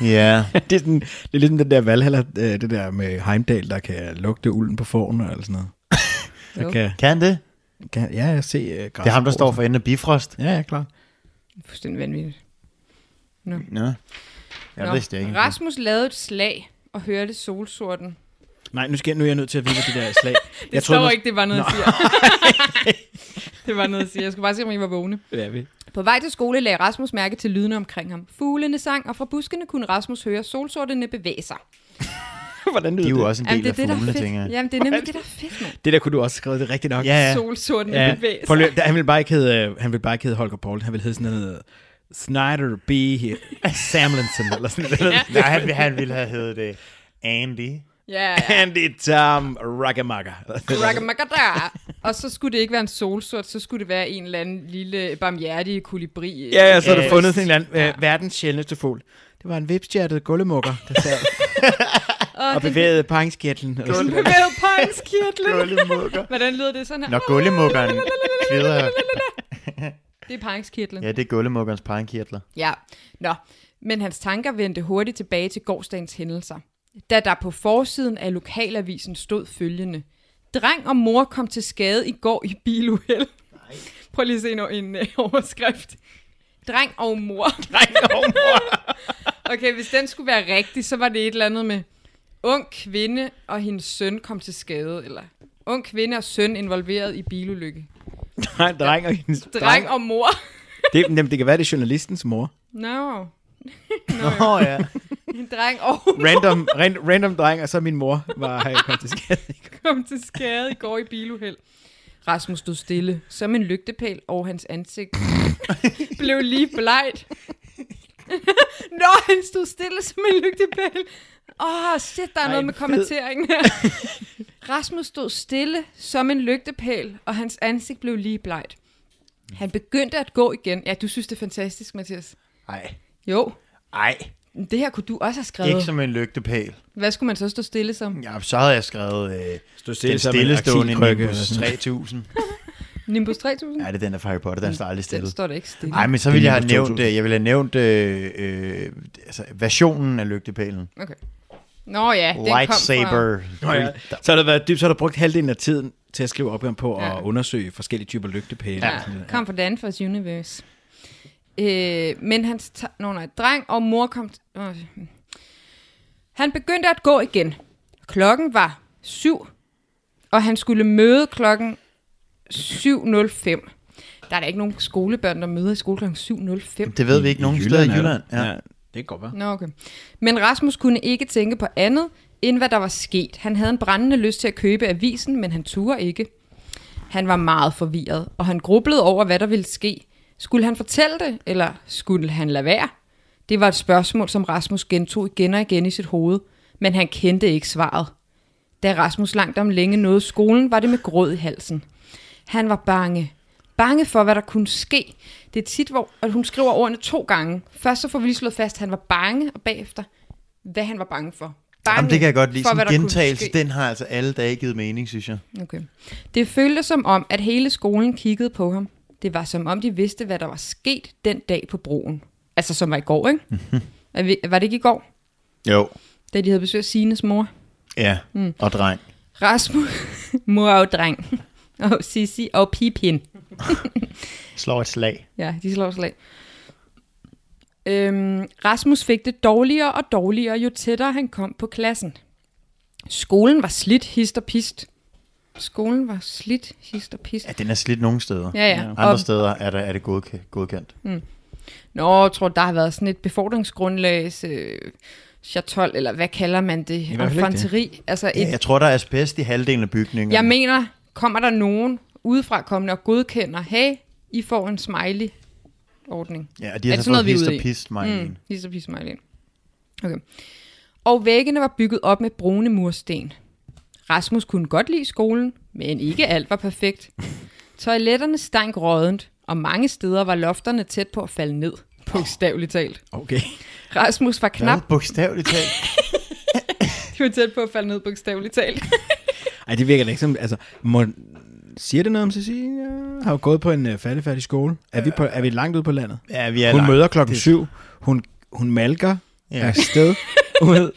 S3: Ja.
S8: det, er sådan, det er ligesom den der valhaller, øh, det der med Heimdal, der kan lugte ulden på forn og alt sådan noget.
S5: Jo.
S8: der kan,
S3: Kan han det?
S8: kan, ja, jeg se uh,
S3: Det er ham, der står for enden af Bifrost.
S8: Ja, ja, klar.
S5: Fuldstændig vanvittigt.
S3: Nå. Jeg Nå. vidste ikke.
S5: Rasmus lavede et slag og hørte solsorten.
S8: Nej, nu, skal, nu er jeg nødt til at vide, hvad det der slag.
S5: Det jeg står troede, ikke, det var noget, jeg siger. det var noget, jeg siger. Jeg skulle bare se, om I var vågne.
S8: Ja, vi.
S5: På vej til skole lagde Rasmus mærke til lydene omkring ham. Fuglene sang, og fra buskene kunne Rasmus høre solsortene bevæge sig.
S8: Hvordan
S3: De
S8: lyder
S3: er jo
S8: det?
S3: også en del af
S5: det, der er
S3: fuglene,
S5: fedt.
S3: tænker jeg.
S5: Jamen, det er nemlig det, der er fedt, mand.
S8: Det der kunne du også skrive det rigtigt nok.
S3: Ja, ja.
S5: Solsortene
S8: Ja,
S5: bevæge
S8: prøv
S5: sig.
S8: lige- der- han ville bare ikke hedde, øh, han ville bare ikke hedde Holger Paul. Han ville hedde sådan noget øh, Snyder B. Samlinson eller sådan noget.
S3: Nej, han, han ville have heddet det. Andy.
S5: Ja, ja.
S8: Andy Tom Ragamaka.
S5: Ragamakada. Og så skulle det ikke være en solsort, så skulle det være en eller anden lille barmhjertig kolibri.
S8: Ja, ja, så har
S3: Øh,
S8: du fundet sådan en eller anden, øh, verdens sjældneste fugl. Det var en vipstjertet gullemukker, der sad og bevægede pangskirtlen. Og sådan.
S5: Bevæg pangskirtlen.
S3: Gullemukker.
S5: Hvordan lyder det sådan her?
S3: Når gullemukkeren kvider.
S5: Det er paringskirtlen. Ja.
S3: Ja, det er gullemukkerens pegekirtler.
S5: ja. Nå, men hans tanker vendte hurtigt tilbage til gårdsdagens hændelser. Da der på forsiden af lokalavisen stod følgende. Dreng og mor kom til skade i går i biluheld. Prøv lige at se nu en øh, overskrift. Dreng og mor. Dreng og mor. okay, hvis den skulle være rigtig, så var det et eller andet med, ung kvinde og hendes søn kom til skade, eller ung kvinde og søn involveret i bilulykke.
S8: Nej, dreng og hendes
S5: Dreng, Dreng. og mor.
S8: Det, jamen, det kan være, det er journalistens mor.
S5: No.
S3: Nå oh, ja.
S5: En dreng og
S8: Random, ran, random dreng, og så min mor var hey, kom til skade.
S5: kom til skade i går i biluheld. Rasmus stod stille, som en lygtepæl, og hans ansigt blev lige blegt. Nå, han stod stille som en lygtepæl. Åh, oh, shit, der er Ej, noget med kommenteringen her. Rasmus stod stille som en lygtepæl, og hans ansigt blev lige blegt. Han begyndte at gå igen. Ja, du synes, det er fantastisk, Mathias.
S3: Ej,
S5: Jo,
S3: ej.
S5: men det her kunne du også have
S3: Ikke
S5: skrevet.
S3: som en lygtepæl.
S5: Hvad skulle man så stå stille som?
S3: Ja, så havde jeg skrevet øh,
S8: Stod stille
S3: den
S8: som en
S3: stillestående
S8: aksilkrykke
S3: Nimbus
S8: eller sådan
S3: 3000.
S5: Nimbus 3000?
S3: Ja, det er den der fra Harry Potter, den står aldrig
S5: Den
S3: stille.
S5: står der ikke stille.
S3: Nej, men så ville
S8: Det er
S3: jeg have
S8: Nimbus
S3: nævnt,
S8: 2000.
S3: øh, jeg ville have nævnt øh, øh, altså, versionen af lygtepælen.
S5: Okay. Nå ja, den kom
S3: Lightsaber.
S8: Nå ja. Så har der været dybt, så har der brugt halvdelen af tiden til at skrive opgaven på at
S5: Ja.
S8: undersøge forskellige typer lygtepæle.
S5: fra, ja, kom fra Danfors Universe. Øh, men hans ta- Nå, nej, dreng og mor kom... T- øh. Han begyndte at gå igen. Klokken var syv, og han skulle møde klokken 7.05. Der er da ikke nogen skolebørn, der møder i skole klokken 7.05.
S3: Det ved vi ikke nogen steder i Jylland. Ja.
S8: ja. Det kan godt være.
S5: Nå, okay. Men Rasmus kunne ikke tænke på andet, end hvad der var sket. Han havde en brændende lyst til at købe avisen, men han turde ikke. Han var meget forvirret, og han grublede over, hvad der ville ske. Skulle han fortælle det, eller skulle han lade være? Det var et spørgsmål, som Rasmus gentog igen og igen i sit hoved, men han kendte ikke svaret. Da Rasmus langt om længe nåede skolen, var det med gråd i halsen. Han var bange. Bange for, hvad der kunne ske. Det er tit, hvor at hun skriver ordene to gange. Først så får vi lige slået fast, at han var bange, og bagefter, hvad han var bange for. Bange
S3: Jamen, det kan jeg godt lide.
S5: for, hvad
S3: Sådan
S5: der kunne
S3: gentagelse,
S5: ske.
S3: den har altså alle dage givet mening, synes jeg.
S5: Okay. Det føltes som om, at hele skolen kiggede på ham. Det var som om, de vidste, hvad der var sket den dag på broen. Altså, som var i går, ikke? Er vi- var det ikke i går,
S3: Jo.
S5: da de havde besøg af Sines mor?
S3: Ja, mm. og dreng.
S5: Rasmus, mor og dreng. Og Sissi og Pipin.
S3: Slår et slag.
S5: Ja, de slår slag. Øhm, Rasmus fik det dårligere og dårligere, jo tættere han kom på klassen. Skolen var slidt, hist og pist. Skolen var slidt, hist og pist.
S3: Ja, den er slidt nogle steder.
S5: Ja, ja.
S3: Andre
S5: Og- Mm.
S3: steder er, der, er det godkendt. godkendt.
S5: Nå, jeg tror, der har været sådan et befordringsgrundlags... Øh, chatol, eller hvad kalder man det?
S8: hvert fald ikke
S5: Infanteri. Altså et,
S3: Ja, jeg tror, der er asbest i halvdelen af bygningen.
S5: Jeg mener, kommer der nogen udefra kommende og godkender, hey, I får en smiley-ordning.
S3: ja, og de
S5: Er
S3: har
S5: det
S3: så
S5: sådan noget,
S3: fået
S5: vi er
S3: hist
S5: ude
S3: og
S5: i?
S3: pist, mig
S5: Mm, lige så pisse smiley. Okay. Og væggene var bygget op med brune mursten. Rasmus kunne godt lide skolen, men ikke alt var perfekt. Toiletterne stank rådent, og mange steder var lofterne tæt på at falde ned. Bogstaveligt talt.
S8: Okay.
S5: Rasmus var knap...
S3: bogstaveligt talt.
S5: De var tæt på at falde ned, bogstaveligt talt.
S8: Ej, det virker da ikke som... Altså, må, siger det noget om Cecilia? Har jo gået på en uh, færdig, færdig skole. Er vi, på, er vi langt ude på landet?
S3: Ja, vi er
S8: hun
S3: langt.
S8: møder klokken
S3: Det-
S8: syv. Hun, hun malker ja.
S3: Ja.
S8: afsted ud.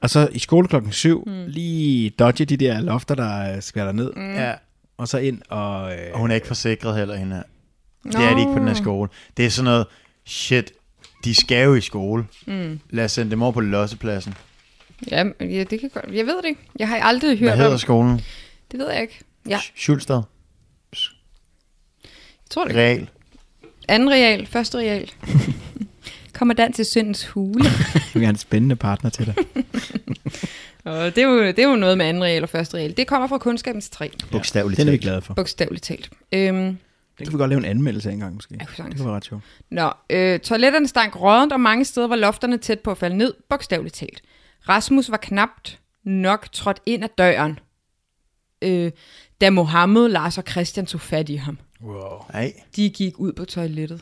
S8: Og så i skole klokken syv, mm. lige dodge de der lofter, der øh, skvatter ned. Mm.
S3: Ja,
S8: Og så ind og... Øh,
S3: og hun er ikke forsikret heller hende her. Det er de ikke på den her skole. Det er sådan noget, shit, de skal jo i skole. Mm. Lad os sende dem over på lossepladsen.
S5: Ja, ja, det kan godt... Jeg ved det ikke. Jeg har aldrig hørt
S3: Hvad hedder
S5: om...
S3: skolen?
S5: Det ved jeg ikke. Ja,
S3: Sch- Schulstad.
S5: jeg tror det ikke.
S3: Real.
S5: Anden real, første real. Kommer dan til syndens hule.
S8: Du kan have en spændende partner til dig.
S5: Og det, er jo, det er jo noget med anden real og første real. Det kommer fra kundskabens træ,
S3: Bogstaveligt
S8: Den er vi
S3: talt.
S8: glade for.
S5: bogstaveligt talt. Øhm,
S8: Det kan vi godt lave en anmeldelse af engang, måske.
S5: kunne sagtens.
S8: Det kan være ret sjovt.
S5: Nå, øh, toiletterne stank rådent, og mange steder var lofterne tæt på at falde ned, bogstaveligt talt. Rasmus var knapt nok trådt ind ad døren, øh, da Mohammed, Lars og Christian tog fat i ham.
S3: Nej,
S5: De gik ud på toilettet.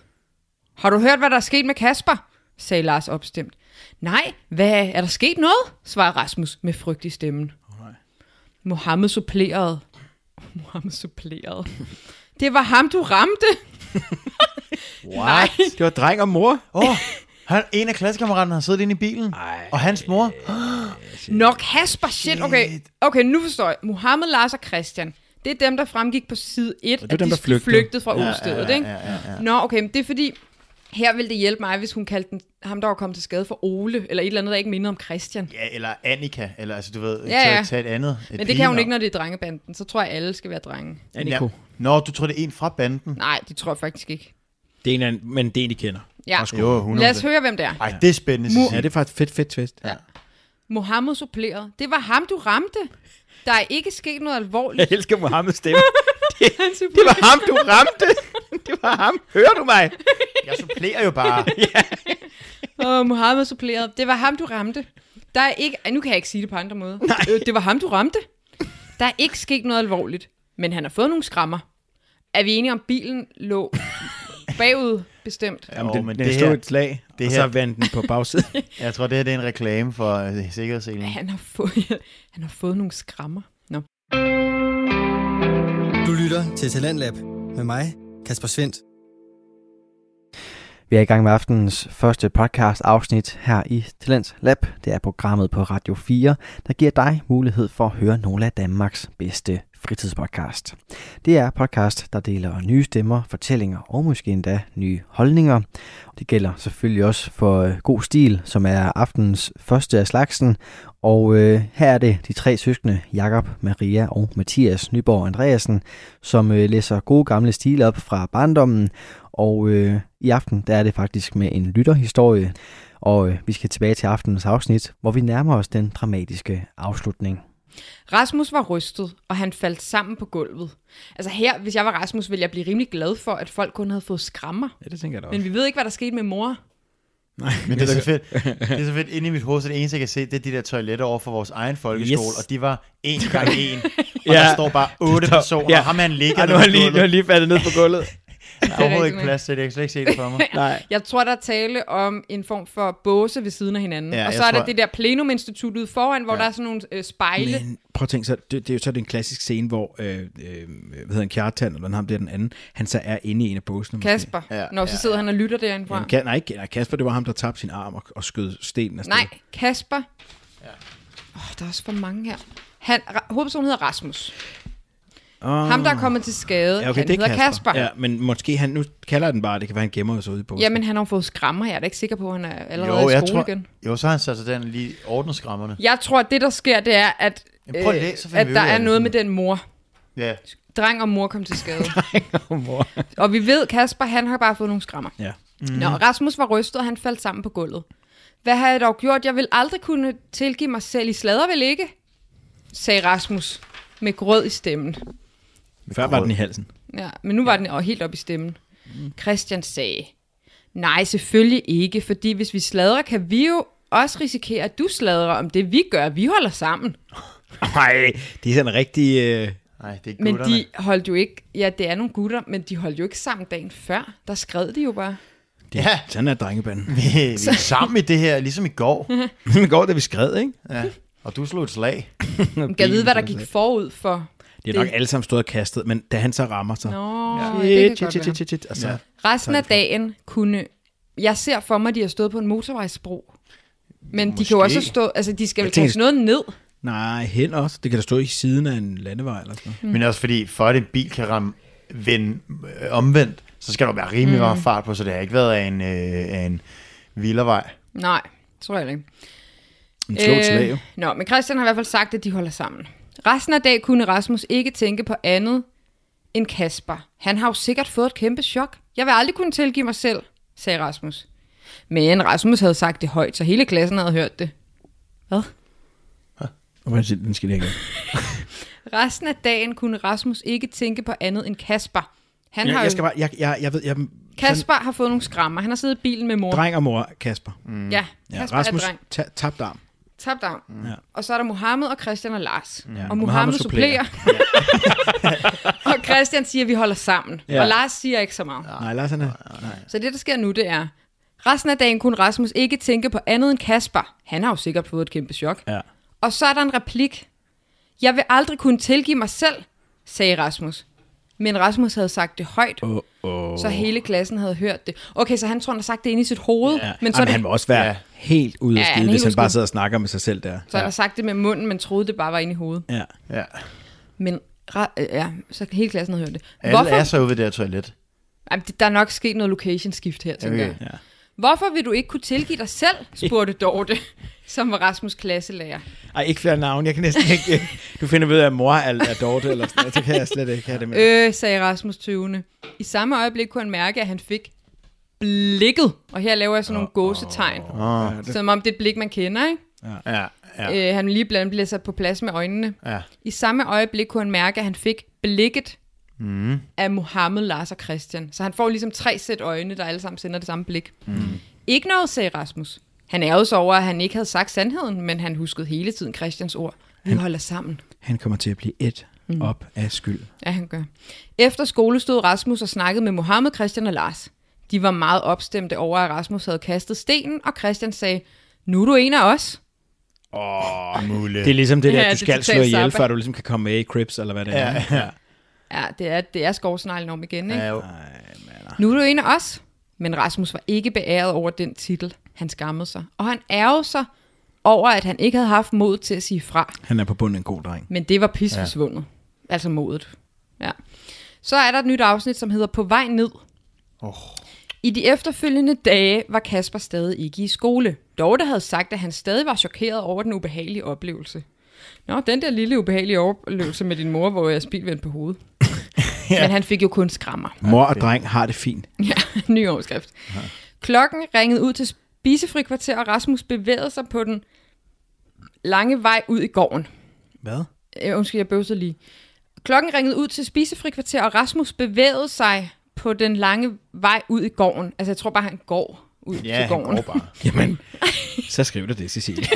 S5: Har du hørt, hvad der er sket med Kasper? sagde Lars opstemt. Nej, hvad er der sket noget? svarede Rasmus med frygt i stemmen. Mohammed supplerede. Mohammed supplerede. Det var ham, du ramte. Nej.
S8: Det var dreng og mor.
S3: Åh, oh, han, en af klassekammeraterne har siddet inde i bilen, Ej, og hans mor.
S5: Nå, Kasper, shit, okay. Okay, nu forstår jeg. Mohammed, Lars og Christian. Det er dem, der fremgik på side 1,
S8: er dem,
S5: de
S8: der flygtede.
S5: flygtede fra ja, udstedet, ikke? Ja, ja, ja. Nå, okay, men det er fordi, her ville det hjælpe mig, hvis hun kaldte den, ham, der var kommet til skade for Ole, eller et eller andet, der ikke minder om Christian.
S3: Ja, eller Annika, eller altså du ved, ja,
S5: Ja,
S3: ja.
S5: ja.
S3: Tag, tag et andet. Et
S5: Men det kan hun ikke, når det er drengebanden. Så tror jeg, alle skal være drenge.
S3: Nico. Nå, du tror, det er en fra banden?
S5: Nej, det tror jeg faktisk ikke.
S8: Det er en, anden- men det er en, de kender.
S5: Ja.
S8: Fra skolen.
S3: Jo, 100.
S5: Lad os høre, hvem det er.
S3: Ej, det er spændende,
S5: Mu-
S8: Ja,
S3: Cecilie.
S8: det er faktisk fedt, fedt twist. Ja.
S5: Mohammed supplerede. Det var ham, du ramte. Der er ikke sket noget
S8: Jeg
S5: alvorligt.
S8: elsker Mohammeds stemme.
S5: Han
S8: Det var ham, du ramte. Det var ham. Hører du mig?
S3: Jeg supplerer jo bare.
S5: Åh, oh, Mohammed supplerede. Det var ham, du ramte. Der er ikke... Ej, Nu kan jeg ikke sige det på andre måder. Nej. Øh, det var ham, du ramte. Der er ikke sket noget alvorligt, men han har fået nogle skrammer. Er vi enige om, bilen lå bagud bestemt?
S3: Jamen,
S8: den,
S3: men
S8: den
S3: det
S8: stod
S3: her-
S8: et slag,
S3: det
S8: og så
S3: her-
S8: vandt den på bagsiden.
S3: Jeg tror, det her det er en reklame for uh, sikkerhedsselen.
S5: Han har fået, han har fået nogle skrammer. Nå.
S1: Du lytter til Talentlab med mig, Kasper Svendt.
S2: Vi er i gang med aftenens første podcast afsnit her i Talents Lab. Det er programmet på Radio 4, der giver dig mulighed for at høre nogle af Danmarks bedste fritidspodcast. Det er podcast, der deler nye stemmer, fortællinger og måske endda nye holdninger. Det gælder selvfølgelig også for øh, God Stil, som er aftenens første af slagsen. Og øh, her er det de tre søskende, Jakob, Maria og Mathias Nyborg Andreasen, som øh, læser gode gamle stil op fra barndommen. Og øh, i aften der er det faktisk med en lytterhistorie, og øh, vi skal tilbage til aftenens afsnit, hvor vi nærmer os den dramatiske afslutning.
S5: Rasmus var rystet, og han faldt sammen på gulvet. Altså her, hvis jeg var Rasmus, ville jeg blive rimelig glad for, at folk kun havde fået skrammer.
S8: ja, det tænker jeg da
S5: Men vi ved ikke, hvad der skete med mor.
S3: Men det er så fedt. Det er så fedt. Inde i mit hoved, så det eneste, jeg kan se, det er de der toiletter over for vores egen folkeskole,
S8: Yes.
S3: og de var en gang en. Og
S8: Ja.
S3: der står bare otte personer,
S8: ja.
S3: og ham han ligger
S8: Ej, nu
S3: ned
S8: har
S3: på
S8: jeg lige, nu
S3: gulvet.
S8: har jeg lige faldet ned på gulvet.
S3: Der er overhovedet
S5: rigtigt,
S3: ikke plads til det. Jeg kan slet ikke se det for mig.
S8: Nej.
S5: Jeg tror, der er tale om en form for båse ved siden af hinanden.
S3: Ja,
S5: Ja, og
S3: jeg
S5: så er der
S3: tror-
S5: det der plenuminstitut ude foran, hvor ja. der er sådan nogle øh, spejle. Men...
S8: Men prøv at tænke, så, det, det er jo så den klassiske scene, hvor, øh, øh, hvad hedder han, Kjartan, eller han der den anden, han så er inde i en af båsene. måske.
S5: Kasper,
S3: Ja,
S5: ja, når så
S3: ja,
S5: sidder han og lytter derindefra.
S8: Jamen, Ka- nej, ikke- nej, Kasper, det var ham, der tabte sin arm og, og skød stenen afsted.
S5: Nej, Kasper. Ja. Oh, der er også for mange her. Han, ra- hovedpersonen hedder Rasmus.
S3: Ah.
S8: Oh.
S5: Ham, der er kommet til skade, ja, okay, han
S8: det er
S5: hedder Kasper.
S8: Ja, men måske han, nu kalder jeg den bare, det kan være, han gemmer os ude i båsen.
S5: Jamen, han har jo fået skrammer. Jeg er da ikke sikker på, at han er allerede
S3: Jo,
S5: i
S3: jeg
S5: skole
S3: tror,
S5: igen.
S3: jo, så har han sat sig den lige ordnet skrammerne.
S5: Jeg tror, at det, der sker, det er, at, øh,
S3: Jamen, prøv at læse, så finder
S5: at
S3: vi ud
S5: der
S3: af
S5: er
S3: det.
S5: noget med den mor.
S3: Ja.
S5: Dreng og mor kom til skade. og vi ved, Kasper, han har bare fået nogle skrammer.
S8: Ja.
S5: Mm. Nå, Rasmus var rystet, og han faldt sammen på gulvet. Hvad har jeg dog gjort? Jeg vil aldrig kunne tilgive mig selv. I slader vel ikke? sagde Rasmus med grød i stemmen.
S8: Før var den i halsen.
S5: Ja, men nu var den og helt op i stemmen. Christian sagde, nej, selvfølgelig ikke, fordi hvis vi sladrer, kan vi jo også risikere, at du sladrer om det, vi gør. Vi holder sammen.
S8: Nej, det er sådan en rigtig... Øh...
S3: Nej, det er
S5: Men
S3: gutterne.
S5: de holdt jo ikke, ja, det er nogle gutter, men de holdt jo ikke sammen dagen før. Der skred de jo bare.
S8: Det, ja.
S3: Ja.
S8: Sådan er drengebanden.
S3: vi er sammen i det her, ligesom i går.
S8: Men går, da vi skred, ikke?
S3: Ja. Og du slog et slag.
S5: Man kan vide, hvad der gik forud for.
S8: De
S5: Det-
S8: har nok alle sammen stået og kastet, men da han så rammer sig...
S5: Nå, ja.
S8: shit,
S5: det kan godt
S8: shit,
S5: være.
S8: shit, shit, shit, og så...
S3: Ja.
S5: Resten af dagen kunne... Jeg ser for mig, at de har stået på en motorvejsbro. Men Måske. de kan jo også
S3: Måske.
S5: stå... Altså, de skal
S8: Jeg
S5: vel
S8: tænker-
S5: kaste noget ned.
S8: Nej, hen også. Det kan da stå i siden af en landevej eller sådan
S5: Mm.
S8: noget.
S3: Men også fordi, for at en bil kan ramme vende øh, omvendt, så skal der være rimelig
S5: Mm.
S3: meget fart på, så det har ikke været af en, øh, af en vildervej.
S5: Nej, tror jeg ikke.
S8: En slå øh. slag, jo.
S5: nå, men Christian har i hvert fald sagt, at de holder sammen. Resten af dag kunne Rasmus ikke tænke på andet end Kasper. Han har jo sikkert fået et kæmpe chok. Jeg vil aldrig kunne tilgive mig selv, sagde Rasmus. Men Rasmus havde sagt det højt, så hele klassen havde hørt det. Hvad?
S8: Og man siger, den skal ikke.
S5: Resten af dagen kunne Rasmus ikke tænke på andet end Kasper. Han har
S8: Jeg,
S5: jo...
S8: jeg skal bare... Jeg, jeg, jeg ved... Jeg,
S5: Kasper har fået nogle skrammer. Han har siddet i bilen med mor.
S8: Dreng og mor, Kasper. Mm.
S5: Ja,
S8: Ja,
S5: Kasper
S8: Rasmus,
S5: er dreng.
S8: ta- tabt arm.
S5: Tabt arm.
S8: Ja.
S5: Ja. Og så er der Mohammed og Christian og Lars. Ja. Og Mohammed
S8: Mohammed
S5: supplerer. og Christian siger, at vi holder sammen.
S8: Ja.
S5: Ja. Og Lars siger ikke så meget. Ja.
S8: Nej, Lars han er...
S5: Så det, der sker nu, det er... Resten af dagen kunne Rasmus ikke tænke på andet end Kasper. Han har jo sikkert fået et kæmpe chok.
S8: Ja.
S5: Og så er der en replik. Jeg vil aldrig kunne tilgive mig selv, sagde Rasmus. Men Rasmus havde sagt det højt, oh, oh. så hele klassen havde hørt det. Okay, så han tror, han har sagt det inde i sit hoved.
S8: Ja,
S5: Uh, men
S8: men
S5: så,
S8: Jamen,
S5: Jamen,
S8: han må også være
S3: Ja.
S8: ja. helt ude
S5: Ja,
S8: af
S5: han er
S8: skide,
S5: helt
S8: hvis han
S5: ude
S8: bare
S5: af skide.
S8: sidder og snakker med sig selv der.
S5: så han har sagt det med munden, men troede, det bare var inde i hovedet.
S8: Ja.
S3: Ja.
S5: Men ra- øh, ja, så hele klassen havde hørt det.
S3: Alle Hvorfor? er så ude ved det her toilet.
S5: Jamen, det- der er nok sket noget location-skift her, tænker
S3: Okay.
S5: jeg. Hvorfor vil du ikke kunne tilgive dig selv, spurgte Dorte, som var Rasmus' klasselærer.
S8: Ej, ikke flere navne. Jeg kan næsten ikke... Du finder ved, at mor er, er Dorte, eller sådan noget. Så kan jeg slet ikke have det med.
S5: Øh, sagde Rasmus tøvende. I samme øjeblik kunne han mærke, at han fik blikket. Og her laver jeg sådan nogle gåsetegn.
S3: Åh,
S5: Som om det er et blik, man kender, ikke?
S3: ja, ja,
S5: Ja. Øh, han lige blandt bliver sat på plads med øjnene.
S3: ja.
S5: I samme øjeblik kunne han mærke, at han fik blikket mm. af Mohammed, Lars og Christian. Så han får ligesom tre sæt øjne, der alle sammen sender det samme blik. Mm. Ikke noget, sagde Rasmus. Han ærgede sig over, at han ikke havde sagt sandheden, men han huskede hele tiden Christians ord. Vi holder sammen.
S8: Han kommer til at blive et
S5: Mm.
S8: op af skyld.
S5: Ja, han gør. Efter skole stod Rasmus og snakkede med Mohammed, Christian og Lars. De var meget opstemte over, at Rasmus havde kastet stenen, og Christian sagde, nu er du en af os.
S3: Åh, muligt.
S8: Det er ligesom det der,
S5: Ja,
S8: ja,
S5: det
S8: du
S5: er
S8: skal
S5: totalt
S8: slå ihjel,
S5: Zappa.
S8: før du ligesom kan komme med i Crips, eller hvad det er.
S3: Ja, ja.
S5: Ja, det er, det er skovsneglen om igen, ikke?
S3: ja jo.
S5: Nu er du en af os. Men Rasmus var ikke beæret over den titel. Han skammede sig. Og han ærgede sig over, at han ikke havde haft mod til at sige fra.
S8: Han er på bunden en god dreng.
S5: Men det var pisforsvundet. Ja. Altså modet. Ja. Så er der et nyt afsnit, som hedder På vej ned. Oh. I de efterfølgende dage var Kasper stadig ikke i skole. Dorte havde sagt, at han stadig var chokeret over den ubehagelige oplevelse. Nå, den der lille ubehagelige oplevelse med din mor, hvor jeg spildte vendt på hovedet. ja. Men han fik jo kun skrammer.
S8: Mor og dreng har det fint.
S5: Ja, ny overskrift. Ja. Klokken ringede ud til spisefri kvarter, og Rasmus bevægede sig på den lange vej ud i gården.
S8: Hvad?
S5: Øh, undskyld, jeg bøvsede lige. Klokken ringede ud til spisefri kvarter, og Rasmus bevægede sig på den lange vej ud i gården. Altså, jeg tror bare, han går ud
S3: Ja,
S5: til
S3: han
S5: gården.
S3: går bare.
S8: Jamen, så skriv det det, Cecilie.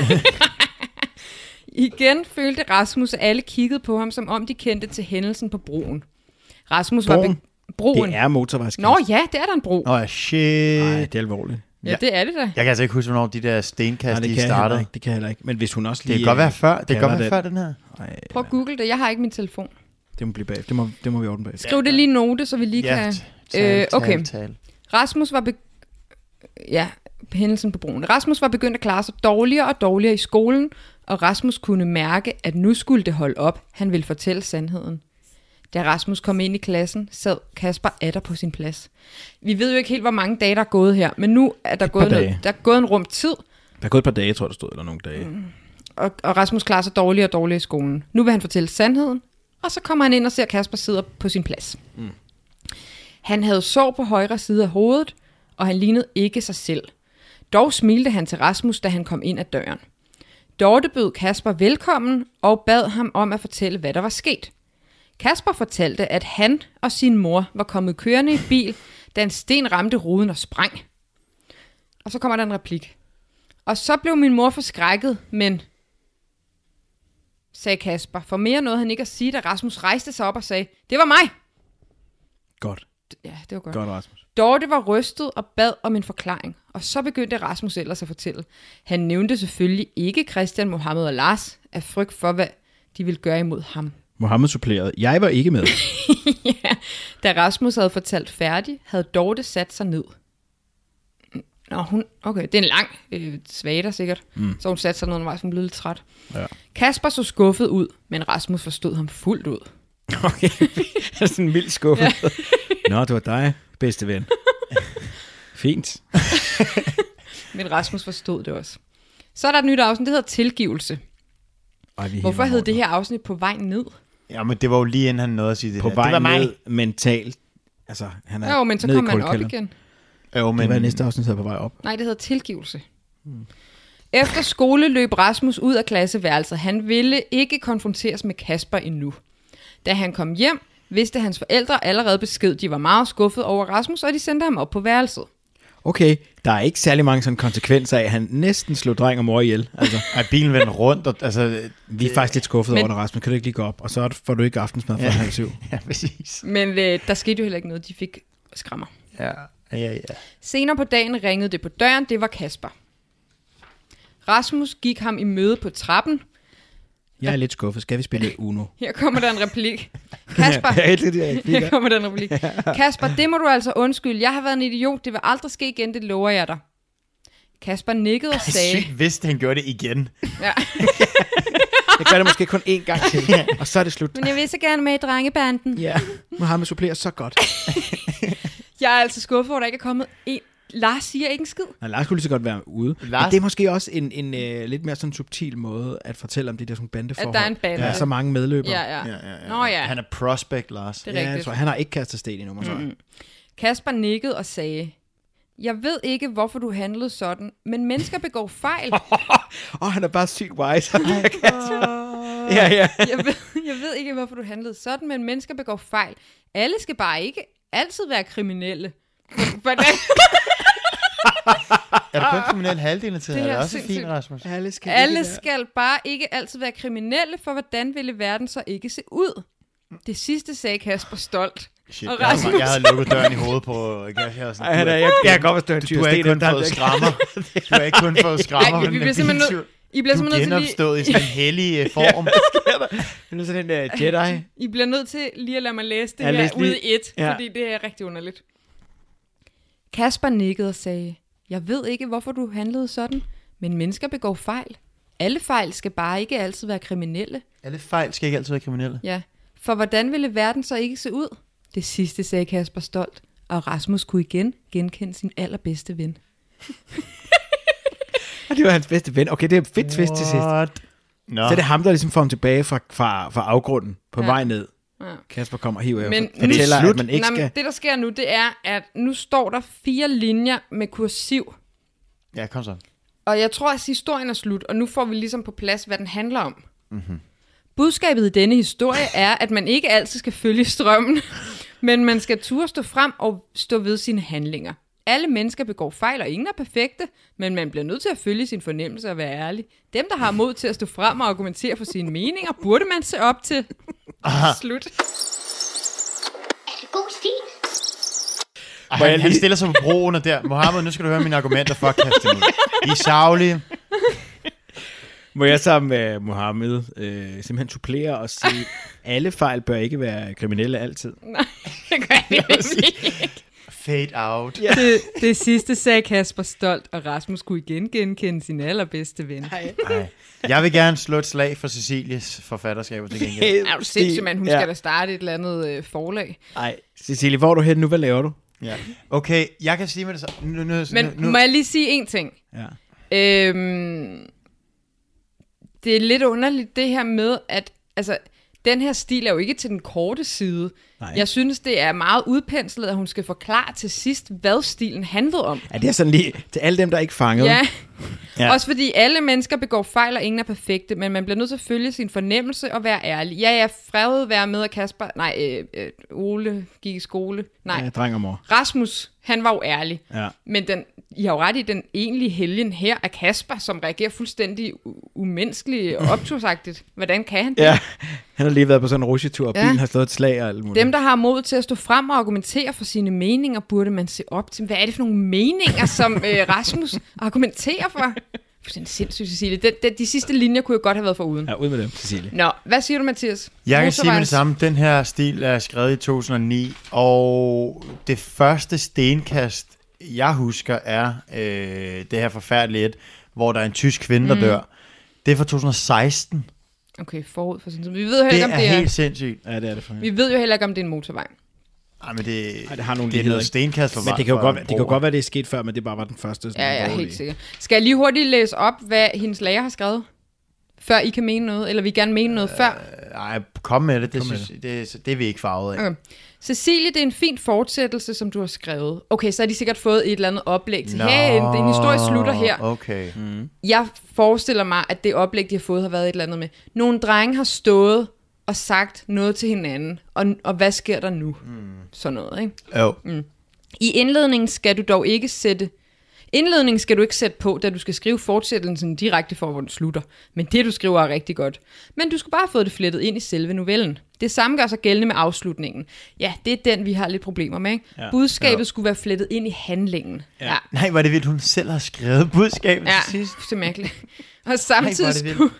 S5: Igen følte Rasmus, at alle kiggede på ham, som om de kendte til hændelsen på broen. Rasmus var...
S8: Broen?
S5: Be- broen.
S8: Det er motorvejskast.
S5: Nå ja, det er der en bro.
S3: Åh, shit.
S8: Nej, det er alvorligt.
S5: ja, det er det da.
S3: Jeg kan altså ikke huske, hvornår de der
S8: Nej,
S3: stenkast,
S8: det
S3: de
S8: kan jeg heller
S3: startede.
S8: ikke. Altså, Det kan jeg heller ikke. Men hvis hun også
S3: Det
S8: lige...
S3: kan godt være før. øh, Det kan
S8: kalder
S3: godt være
S8: den.
S3: før den her.
S5: Prøv at google det. Jeg har ikke min telefon.
S8: øh, Det må, blive bag. Det, må, det må vi ordne bag.
S5: Skriv det lige i note, så vi lige kan... Øh, okay.
S3: tal.
S5: Rasmus var... Be- ja, hændelsen på broen. Rasmus var begyndt at klare sig dårligere og dårligere i skolen, og Rasmus kunne mærke, at nu skulle det holde op. Han ville fortælle sandheden. Da Rasmus kom ind i klassen, sad Kasper atter på sin plads. Vi ved jo ikke helt, hvor mange dage, der er gået her, men nu er der, gået,
S8: dage.
S5: noget, der er gået en rum tid,
S8: Der er gået et par dage, tror jeg, der stod, eller nogle dage.
S5: og, og Rasmus klarer sig dårligere og dårligere i skolen. Nu vil han fortælle sandheden, og så kommer han ind og ser, at Kasper sidder på sin plads. Mm. Han havde sår på højre side af hovedet, og han lignede ikke sig selv. Dog smilte han til Rasmus, da han kom ind ad døren. Dorte bød Kasper velkommen og bad ham om at fortælle, hvad der var sket. Kasper fortalte, at han og sin mor var kommet kørende i bil, da en sten ramte ruden og sprang. Og så kommer der en replik. Og så blev min mor forskrækket, men sagde Kasper. For mere nåede han ikke at sige, da Rasmus rejste sig op og sagde, det var mig.
S8: Godt.
S5: Ja, det var godt.
S8: Godt, Rasmus.
S5: Dorte var rystet og bad om en forklaring, og så begyndte Rasmus ellers at fortælle. Han nævnte selvfølgelig ikke Christian, Mohammed og Lars af frygt for, hvad de ville gøre imod ham.
S8: Mohammed supplerede. Jeg var ikke med.
S5: Da Rasmus havde fortalt færdig, havde Dorte sat sig ned. Nå, hun, okay, det er en lang øh, svater sikkert, mm. så hun satte sig ned undervejs, hun blev lidt træt.
S8: Ja.
S5: Kasper så skuffet ud, men Rasmus forstod ham fuldt ud.
S8: Okay. Altså Jeg er sådan vildt skuffet. Ja. Nå, det var dig, bedste ven. Fint.
S5: Men Rasmus forstod det også. Så er der et nyt afsnit, det hedder Tilgivelse.
S8: Ej, vi
S5: Hvorfor
S8: hiver
S5: hed det
S8: hårdt.
S5: her afsnit På vej ned?
S3: Jamen, det var jo lige inden han nåede at sige det
S8: På
S3: der.
S8: vej
S3: det var mig.
S8: ned mentalt. Altså, han er
S5: Ja, jo, men så
S8: ned i
S5: kom man op
S8: kuldekælderen.
S5: igen.
S3: Jo, men
S8: Det var i næste afsnit, der er på vej op.
S5: Nej, det hedder Tilgivelse.
S8: Hmm.
S5: Efter skole løb Rasmus ud af klasseværelset. Han ville ikke konfronteres med Kasper endnu. Da han kom hjem, vidste hans forældre allerede besked. De var meget skuffet over Rasmus, og de sendte ham op på værelset.
S8: Okay, der er ikke særlig mange sådan konsekvenser af, at han næsten slog dreng og mor ihjel. Altså,
S3: at bilen vendte rundt. Og, altså,
S8: vi er faktisk lidt skuffet
S5: Men-
S8: over dig, Rasmus. Kan du ikke lige gå op? Og så er det- får du ikke aftensmad fra
S3: Ja.
S8: halv syv.
S3: ja, præcis.
S5: Men øh, der skete jo heller ikke noget. De fik skrammer.
S3: Ja, ja, ja.
S5: Senere på dagen ringede det på døren, det var Kasper. Rasmus gik ham i møde på trappen.
S8: Jeg er lidt skuffet. Skal vi spille Uno?
S5: Her kommer der en replik. Kasper,
S2: Jeg elsker de her
S5: her
S2: replikker.
S5: kommer der en replik. Kasper, det må du altså undskylde. Jeg har været en idiot. Det vil aldrig ske igen, det lover jeg dig. Kasper nikkede og sagde...
S3: Sygt vidste, han gjorde det igen.
S5: Ja.
S2: Jeg gør det måske kun én gang til, og så er det slut.
S5: Men jeg vil så gerne med i drengebanden.
S8: Ja, Mohammed supplerer så godt.
S5: Jeg er altså skuffet over, at der ikke er kommet en... Lars siger ikke en skid.
S8: Nej, Lars kunne lige så godt være ude. Lars... Men
S3: Lars-
S8: det er måske også en, en øh, lidt mere sådan subtil måde at fortælle om det der sådan bandeforhold.
S5: At der er en bande.
S8: Der er så mange medløbere.
S5: Ja, ja.
S3: ja, ja.
S5: Nå ja,
S3: Han er prospect, Lars.
S5: det er
S8: ja jeg
S5: rigtigt.
S8: tror, han har ikke kastet sten endnu, måske. Mm.
S5: Kasper nikkede og sagde, jeg ved ikke, hvorfor du handlede sådan, men mennesker begår fejl.
S8: Åh, oh, han er bare sygt wise.
S2: Ja, ja.
S5: Jeg ved, jeg ved ikke, hvorfor du handlede sådan, men mennesker begår fejl. Alle skal bare ikke altid være kriminelle. Hvordan?
S3: Er du kun kriminel halvdelen af tiden?
S5: Det
S3: Det er,
S5: her er
S3: det også
S5: sindssygt.
S3: fint, Rasmus.
S8: Alle skal
S5: Alle
S8: ikke være-
S5: skal bare ikke altid være kriminelle, for hvordan ville verden så ikke se ud? Det sidste sagde Kasper stolt.
S3: Shit,
S5: Og
S3: jeg, havde,
S5: Rasmus.
S3: jeg havde lukket døren i hovedet på... øh, Jeg, jeg, var sådan,
S2: Ej,
S3: du,
S2: da,
S3: er,
S2: jeg, jeg kan godt forstå, at en
S3: du
S2: tyr
S3: har ikke
S2: sten,
S3: kun
S2: der,
S3: fået skrammer. Du har ikke kun fået skrammer.
S5: Ej, vi
S3: men
S5: bliver simpelthen
S3: din
S5: nødt-
S3: tur-
S5: I bliver
S3: Du er
S5: simpelthen nødt til
S3: genopstået i
S5: lige,
S3: sådan en hellig øh, form.
S2: Nu er sådan
S8: øh,
S2: en uh, Jedi.
S5: I bliver nødt til lige at lade mig læse det
S2: Ja,
S5: ja, her
S2: læs lige.
S5: ud i et,
S2: Ja.
S5: ja. fordi det er rigtig underligt. Kasper nikkede og sagde, jeg ved ikke, hvorfor du handlede sådan, men mennesker begår fejl. Alle fejl skal bare ikke altid være kriminelle.
S3: Alle fejl skal ikke altid være kriminelle.
S5: Ja, for hvordan ville verden så ikke se ud? Det sidste sagde Kasper stolt, og Rasmus kunne igen genkende sin allerbedste ven.
S2: Og det var hans bedste ven. Okay, det er fedt twist til sidst.
S3: What? Nå,
S8: Så er det ham, der ligesom får ham tilbage fra, fra, fra afgrunden på
S5: Ja.
S8: ja. vej ned.
S5: Ja.
S8: Kasper kommer og hiver
S5: Men
S8: men,
S5: nu-
S8: fortæller,
S3: Slut.
S8: at man ikke
S5: Nå, men
S8: skal...
S5: Det, der sker nu, det er, at nu står der fire linjer med kursiv.
S3: ja, kom så.
S5: Og jeg tror, at historien er slut, og nu får vi ligesom på plads, hvad den handler om. Mm-hmm. Budskabet i denne historie er, at man ikke altid skal følge strømmen, men man skal turde stå frem og stå ved sine handlinger. Alle mennesker begår fejl, og ingen er perfekte, men man bliver nødt til at følge sin fornemmelse og være ærlig. Dem, der har mod til at stå frem og argumentere for sine meninger, burde man se op til. Slut.
S7: Er det god stil?
S3: Ej, han, han stiller sig på broen og der. Mohammed, nu skal du høre mine argumenter. Fuck, kast dem ud. I er savlige.
S8: Må jeg sammen med Mohammed øh, simpelthen supplere og sige, alle fejl bør ikke være kriminelle altid.
S5: Det gør jeg nemlig.
S3: Fade out.
S5: det, det sidste sagde Kasper stolt, og Rasmus kunne igen genkende sin allerbedste ven.
S3: Ej. Jeg vil gerne slå et slag for Cecilies forfatterskaber til gengæld.
S5: Er du sindssygt, man? Hun ja. skal da starte et eller andet øh, forlag.
S8: Nej, Cecilie, hvor er du hen nu? Hvad laver du?
S3: Ja. Okay, jeg kan sige med det så. Nu, nu,
S5: Men
S3: nu,
S5: nu. må jeg lige sige én ting?
S8: Ja.
S5: Øhm, det er lidt underligt det her med, at altså, den her stil er jo ikke til den korte side. Nej. Jeg synes, det er meget udpenslet, at hun skal forklare til sidst, hvad stilen handlede om.
S8: Ja, det er sådan lige til alle dem, der er ikke fanget.
S5: Ja.
S3: Ja.
S5: ja. Også fordi alle mennesker begår fejl, og ingen er perfekte, men man bliver nødt til at følge sin fornemmelse og være ærlig. Ja, jeg frevede være med, at Kasper... Nej, øh, øh, Ole gik i skole. Nej,
S8: Ja, dreng og mor.
S5: Rasmus, han var jo ærlig.
S8: Ja.
S5: Men den, I har jo ret i den egentlige helgen her af Kasper, som reagerer fuldstændig u- umenneskeligt og optursagtigt. Hvordan kan han det?
S8: Ja, han har lige været på sådan en rusjetur, og
S5: Ja.
S8: bilen har slået et slag og alt muligt.
S5: Dem, der har mod til at stå frem og argumentere for sine meninger, burde man se op til. Hvad er det for nogle meninger, som øh, Rasmus argumenterer for? Fuldstændig sindssygt, Cecilie. Den, den, de sidste linjer kunne jeg godt have været foruden.
S8: Ja, ud med dem, Cecilie.
S5: Nå, hvad siger du, Mathias?
S3: Jeg kan sige med det
S5: Motorvejs-
S3: samme, den her stil er skrevet i 2009, og det første stenkast, jeg husker, er øh, det her forfærdelige et, hvor der er en tysk kvinde,
S5: Mm.
S3: der dør. Det er fra 2016.
S5: Okay, forud for sin tid. Vi ved jo heller
S3: Det
S5: ikke, om
S3: er
S5: det er...
S3: helt sindssygt.
S8: Ja, det er det for
S5: Vi ved jo heller ikke, om det er en motorvej.
S3: Ej, men det,
S8: Ej, det har nogle
S3: det er
S8: ligheder,
S3: noget
S8: ikke?
S3: stenkast for
S8: Men det kan jo
S3: for
S8: godt,
S3: en
S8: det kan jo
S3: bro.
S8: godt være, det er sket før, men det bare var den første. Sådan
S5: Ja, ja,
S8: borgerlige.
S5: helt sikkert. Skal jeg lige hurtigt læse op, hvad hendes lærer har skrevet? Før I kan mene noget, eller vi gerne mene noget før.
S3: Ej, kom med det. Det, synes, det. Det, det er vi ikke farvet af.
S5: Okay. Cecilie, det er en fin fortsættelse, som du har skrevet. Okay, så har de sikkert fået et eller andet oplæg til,
S3: Nå,
S5: hey, din historie slutter her.
S3: Okay.
S8: Mm.
S5: Jeg forestiller mig, at det oplæg, de har fået, har været et eller andet med. Nogle drenge har stået og sagt noget til hinanden, og, og hvad sker der nu? Mm. Sådan noget, ikke?
S3: Jo.
S5: I indledningen skal du dog ikke sætte... Indledningen skal du ikke sætte på, da du skal skrive fortsættelsen direkte for, hvor den slutter. Men det, du skriver, er rigtig godt. Men du skal bare have fået det flettet ind i selve novellen. Det samme gør sig gældende med afslutningen. Ja, det er den, vi har lidt problemer med. Ikke? Ja. Budskabet ja. skulle være flettet ind i handlingen. Ja. ja.
S3: Nej, var det vildt, hun selv har skrevet budskabet ja. til
S5: Ja,
S3: sidst.
S5: det er mærkeligt. Og samtidig
S3: vildt.
S5: skulle...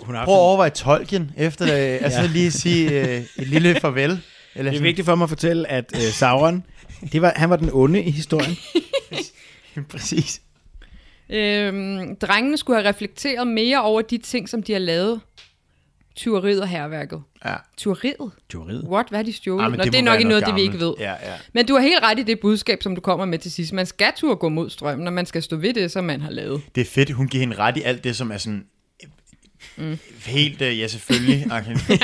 S8: Hun har
S3: Prøv at overveje tolken efter det, altså lige at sige øh, et lille farvel. Eller
S8: det er
S3: sådan
S8: vigtigt for mig at fortælle, at øh, Sauron, det var, han var den onde i historien.
S3: Præcis.
S5: Øhm, drengene skulle have reflekteret mere over de ting, som de har lavet. Tyveriet og herværket.
S3: Ja.
S5: Tyveriet?
S8: Tyveriet.
S5: What? Hvad er de stjålet?
S3: Ej,
S5: Ja,
S3: men
S5: Nå, det, det er
S3: må
S5: nok
S3: være
S5: noget, noget det vi ikke ved.
S3: gammelt. Ja, ja.
S5: Men du har helt ret i det budskab, som du kommer med til sidst. Man skal turde gå mod strømmen, og man skal stå ved det, som man har lavet.
S3: Det er fedt, hun giver hende ret i alt det, som er sådan... Mm. Helt, øh, ja selvfølgelig. Okay.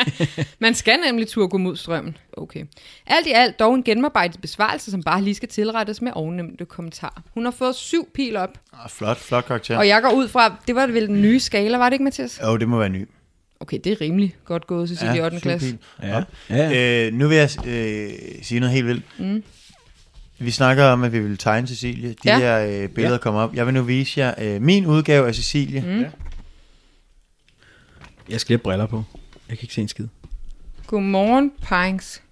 S5: Man skal nemlig turde gå mod strømmen. Okay. Alt i alt dog en gennemarbejdet besvarelse, som bare lige skal tilrettes med ovennævnte kommentarer. Hun har fået syv pil op,
S3: Ah, flot, flot karakter.
S5: og jeg går ud fra, det var vel den nye skala, var det ikke, Mathias?
S3: Jo, det må være ny.
S5: Okay, det er rimelig godt gået, Cecilie, i 8.
S3: super
S5: klasse.
S3: fint. Op. Øh, nu vil jeg øh, sige noget helt vildt. Mm. Vi snakker om, at vi vil tegne Cecilie. De
S5: Ja.
S3: ja. her øh, billeder ja. kommer op. Jeg vil nu vise jer øh, min udgave af Cecilie. Mm.
S8: Jeg skal lige have briller på. Jeg kan ikke se en skid.
S5: Godmorgen, Pines.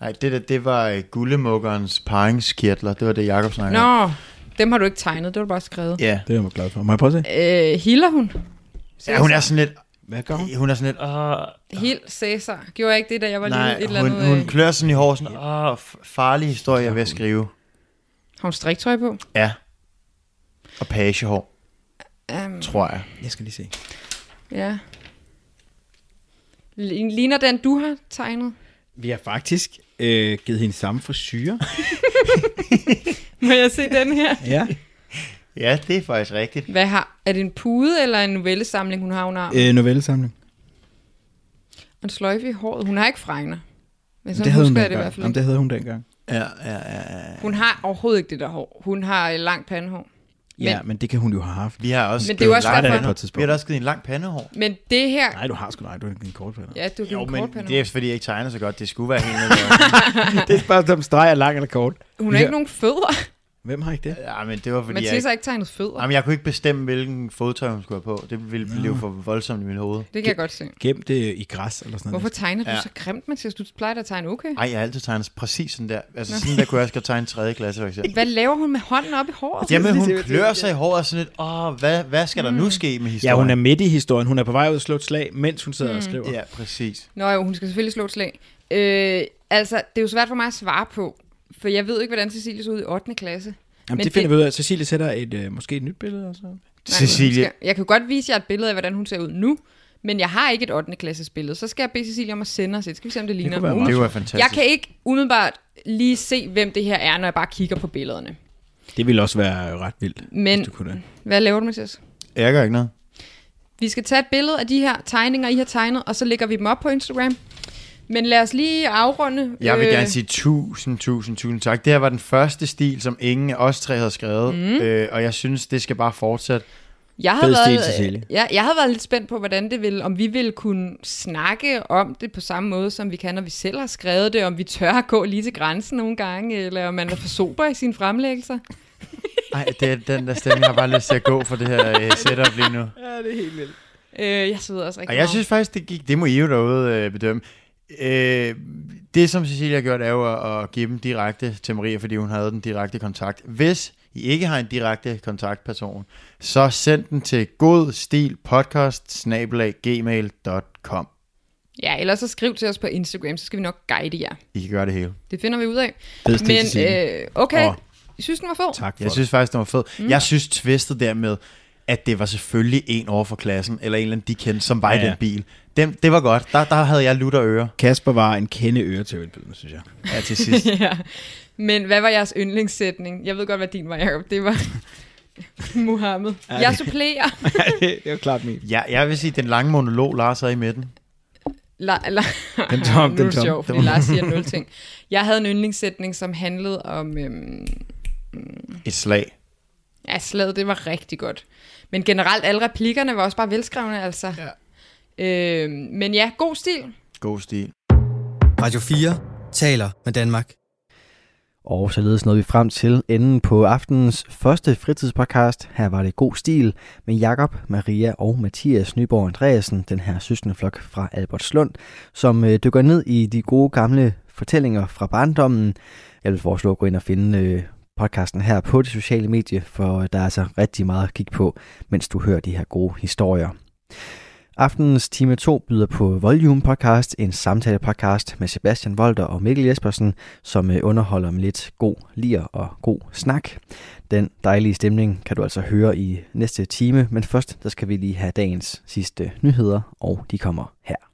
S3: Nej, det der, det var øh, guldemuggerens paringskirtler. Det var det, Jacob snakkede om.
S5: Nå, dem har du ikke tegnet, det var du bare skrevet.
S3: Ja.
S8: Det er jeg glad for. Må jeg prøve at se?
S5: Øh, hilder hun?
S3: ja, hun er sådan lidt...
S8: Hvad gør hun?
S3: Hun er sådan lidt... Åh,
S5: Hild Cæsar. Gjorde jeg ikke det, da jeg var lille?
S3: nej,
S5: et eller
S3: hun,
S5: andet,
S3: hun
S5: øh,
S3: klør sådan i hår, sådan... Åh, f- farlig historie, jeg vil skrive.
S5: Har hun striktøj på?
S3: Ja. Og pagehår,
S5: Um,
S3: tror jeg.
S8: Jeg skal lige se.
S5: ja. Lign- Ligner den, du har tegnet?
S8: Vi har faktisk øh, givet hende samme frisyrer.
S5: Må jeg se den her?
S8: ja.
S3: Ja, det er faktisk rigtigt.
S5: Hvad har? Er det en pude eller en novellesamling, hun har under armen?
S8: Øh, novellesamling.
S5: Og En sløjfe i håret. Hun har ikke fregner. Men
S8: det
S5: sådan
S8: havde hun
S5: husker jeg det i
S8: dengang.
S5: hvert fald.
S8: Jamen, det havde hun dengang.
S3: Ja, ja, ja. ja.
S5: Hun har overhovedet ikke det der hår. Hun har øh, langt pandehår.
S8: Ja, men, men det kan hun jo have haft.
S3: Vi har også
S5: Men det er jo
S3: givet
S5: også
S3: en lang
S5: derfor-
S3: pande-
S8: På et tidspunkt.
S3: Vi har da også givet en lang pandehår.
S5: Men det her...
S8: Nej, du har sgu nej, du har ikke en kort på
S5: Ja, du
S3: Jo,
S5: har
S3: men
S5: kort pandehår.
S3: det er fordi, jeg ikke tegner så godt. Det skulle være helt nødvendigt.
S8: Det er bare, om streg er lang eller kort.
S5: Hun har ikke nogen fødder.
S8: Hvem har ikke det?
S3: ja, men det var fordi, jeg,
S5: Mathias har
S3: ikke,
S5: ikke tegnet fødder.
S3: jamen, jeg kunne ikke bestemme, hvilken fodtøj hun skulle have på. Det ville blive for voldsomt i mit hoved.
S5: Det kan jeg godt se.
S8: Gem det i græs eller sådan
S5: Hvorfor
S8: noget.
S5: tegner du
S3: Ja.
S5: så grimt, Mathias? Du plejer da at tegne okay.
S3: Ej, jeg har altid tegnet præcis sådan der. Altså sådan der kunne jeg også godt tegne 3. klasse, for eksempel.
S5: Hvad laver hun med hånden op i håret?
S3: Jamen, hun klør sig i håret og sådan lidt, åh, hvad, hvad skal der
S5: Mm.
S3: nu ske med
S8: Ja,
S3: historien?
S8: hun er midt i historien. Hun er på vej ud og slå et slag, mens hun sidder mm. og skriver.
S3: Ja, præcis.
S5: Nå jo, hun skal selvfølgelig slå et slag. Øh, altså, det er jo svært for mig at svare på, for jeg ved ikke, hvordan Cecilie så ud i 8. klasse.
S8: Jamen,
S5: Men
S8: det finder vi ud af. Cecilie sætter et, øh, måske et nyt billede og så.
S5: Cecilie.
S3: Cecilie,
S5: Skal, jeg kan godt vise jer et billede af, hvordan hun ser ud nu, men jeg har ikke et 8. klasses billede. Så skal jeg bede Cecilie om at sende os et. Skal vi se, om det ligner
S8: kunne være
S5: nogen?
S3: det var
S5: Jeg
S3: fantastisk.
S5: kan ikke umiddelbart lige se, hvem det her er, når jeg bare kigger på billederne.
S8: Det ville også være ret vildt,
S5: Men-
S8: hvis du kunne det.
S5: Hvad laver du, Mathias?
S3: Jeg gør ikke noget.
S5: Vi skal tage et billede af de her tegninger, I har tegnet, og så lægger vi dem op på Instagram. Men lad os lige afrunde.
S3: Jeg vil
S5: øh,
S3: gerne sige tusind, tusind, tusind tak. Det her var den første stil, som ingen af os tre havde skrevet, mm. øh, og jeg synes, det skal bare fortsætte.
S5: Jeg har
S8: Fed stil,
S5: været,
S8: Cecilie.
S5: Ja, jeg har været lidt spændt på, hvordan det vil, om vi ville kunne snakke om det på samme måde, som vi kan, når vi selv har skrevet det, om vi tør at gå lige til grænsen nogle gange, eller om man er for sober i sine fremlæggelser.
S3: Nej, det er den der stemning, jeg har bare lyst til at gå for det her øh, setup lige nu.
S5: Øh, jeg sidder også rigtig
S3: Og jeg
S5: meget.
S3: synes faktisk, det gik, det må I jo derude øh, bedømme. Øh, det, som Cecilia har gjort, er jo at, at give dem direkte til Maria, fordi hun havde den direkte kontakt. Hvis I ikke har en direkte kontaktperson, så send den til godstilpodcast-gmail.com.
S5: Ja, eller så skriv til os på Instagram, så skal vi nok guide jer.
S3: I kan gøre det hele.
S5: Det finder vi ud af.
S8: Fed stil,
S5: Men
S8: Cecilie.
S5: øh, okay,
S8: Åh.
S5: jeg synes, den var fed.
S8: Tak for
S3: Jeg synes faktisk, det var fed. Mm. Jeg synes tvistet dermed, at det var selvfølgelig en over for klassen, eller en eller anden, de kendte, som var ja,
S8: Ja,
S3: i
S8: ja.
S3: den bil. Dem, det var godt. Der, der havde jeg lutter ører
S8: det. Kasper var en kende øre til ølbydende, synes jeg.
S3: ja, til sidst.
S5: ja. Men hvad var jeres yndlingssætning? Jeg ved godt, hvad din var, Jacob. Det var Muhammed. Jeg supplerer.
S8: det var klart min.
S3: ja, jeg vil sige, den lange monolog, Lars havde i midten.
S5: La, la,
S8: Den tom,
S5: nu er
S8: den
S5: det
S8: tom.
S5: sjovt, fordi Lars siger nul ting. Jeg havde en yndlingssætning, som handlede om, øhm,
S3: Et slag.
S5: ja, slaget, det var rigtig godt. Men generelt, alle replikkerne var også bare velskrevne, altså. Ja. Øhm, men ja, god stil.
S3: God stil.
S1: Radio 4 taler med Danmark.
S2: Og således nåede vi frem til enden på aftenens første fritidspodcast. Her var det God Stil med Jakob, Maria og Mathias Nyborg Andreasen, den her søskendeflok fra Albertslund, som øh, dykker ned i de gode gamle fortællinger fra barndommen. Jeg vil foreslå at gå ind og finde øh, podcasten her på det sociale medie, for der er altså rigtig meget at kigge på, mens du hører de her gode historier. Aftenens time 2 byder på Volume Podcast, en samtale-podcast med Sebastian Volter og Mikkel Jespersen, som øh, underholder med lidt god lir og god snak. Den dejlige stemning kan du altså høre i næste time, men først der skal vi lige have dagens sidste nyheder, og de kommer her.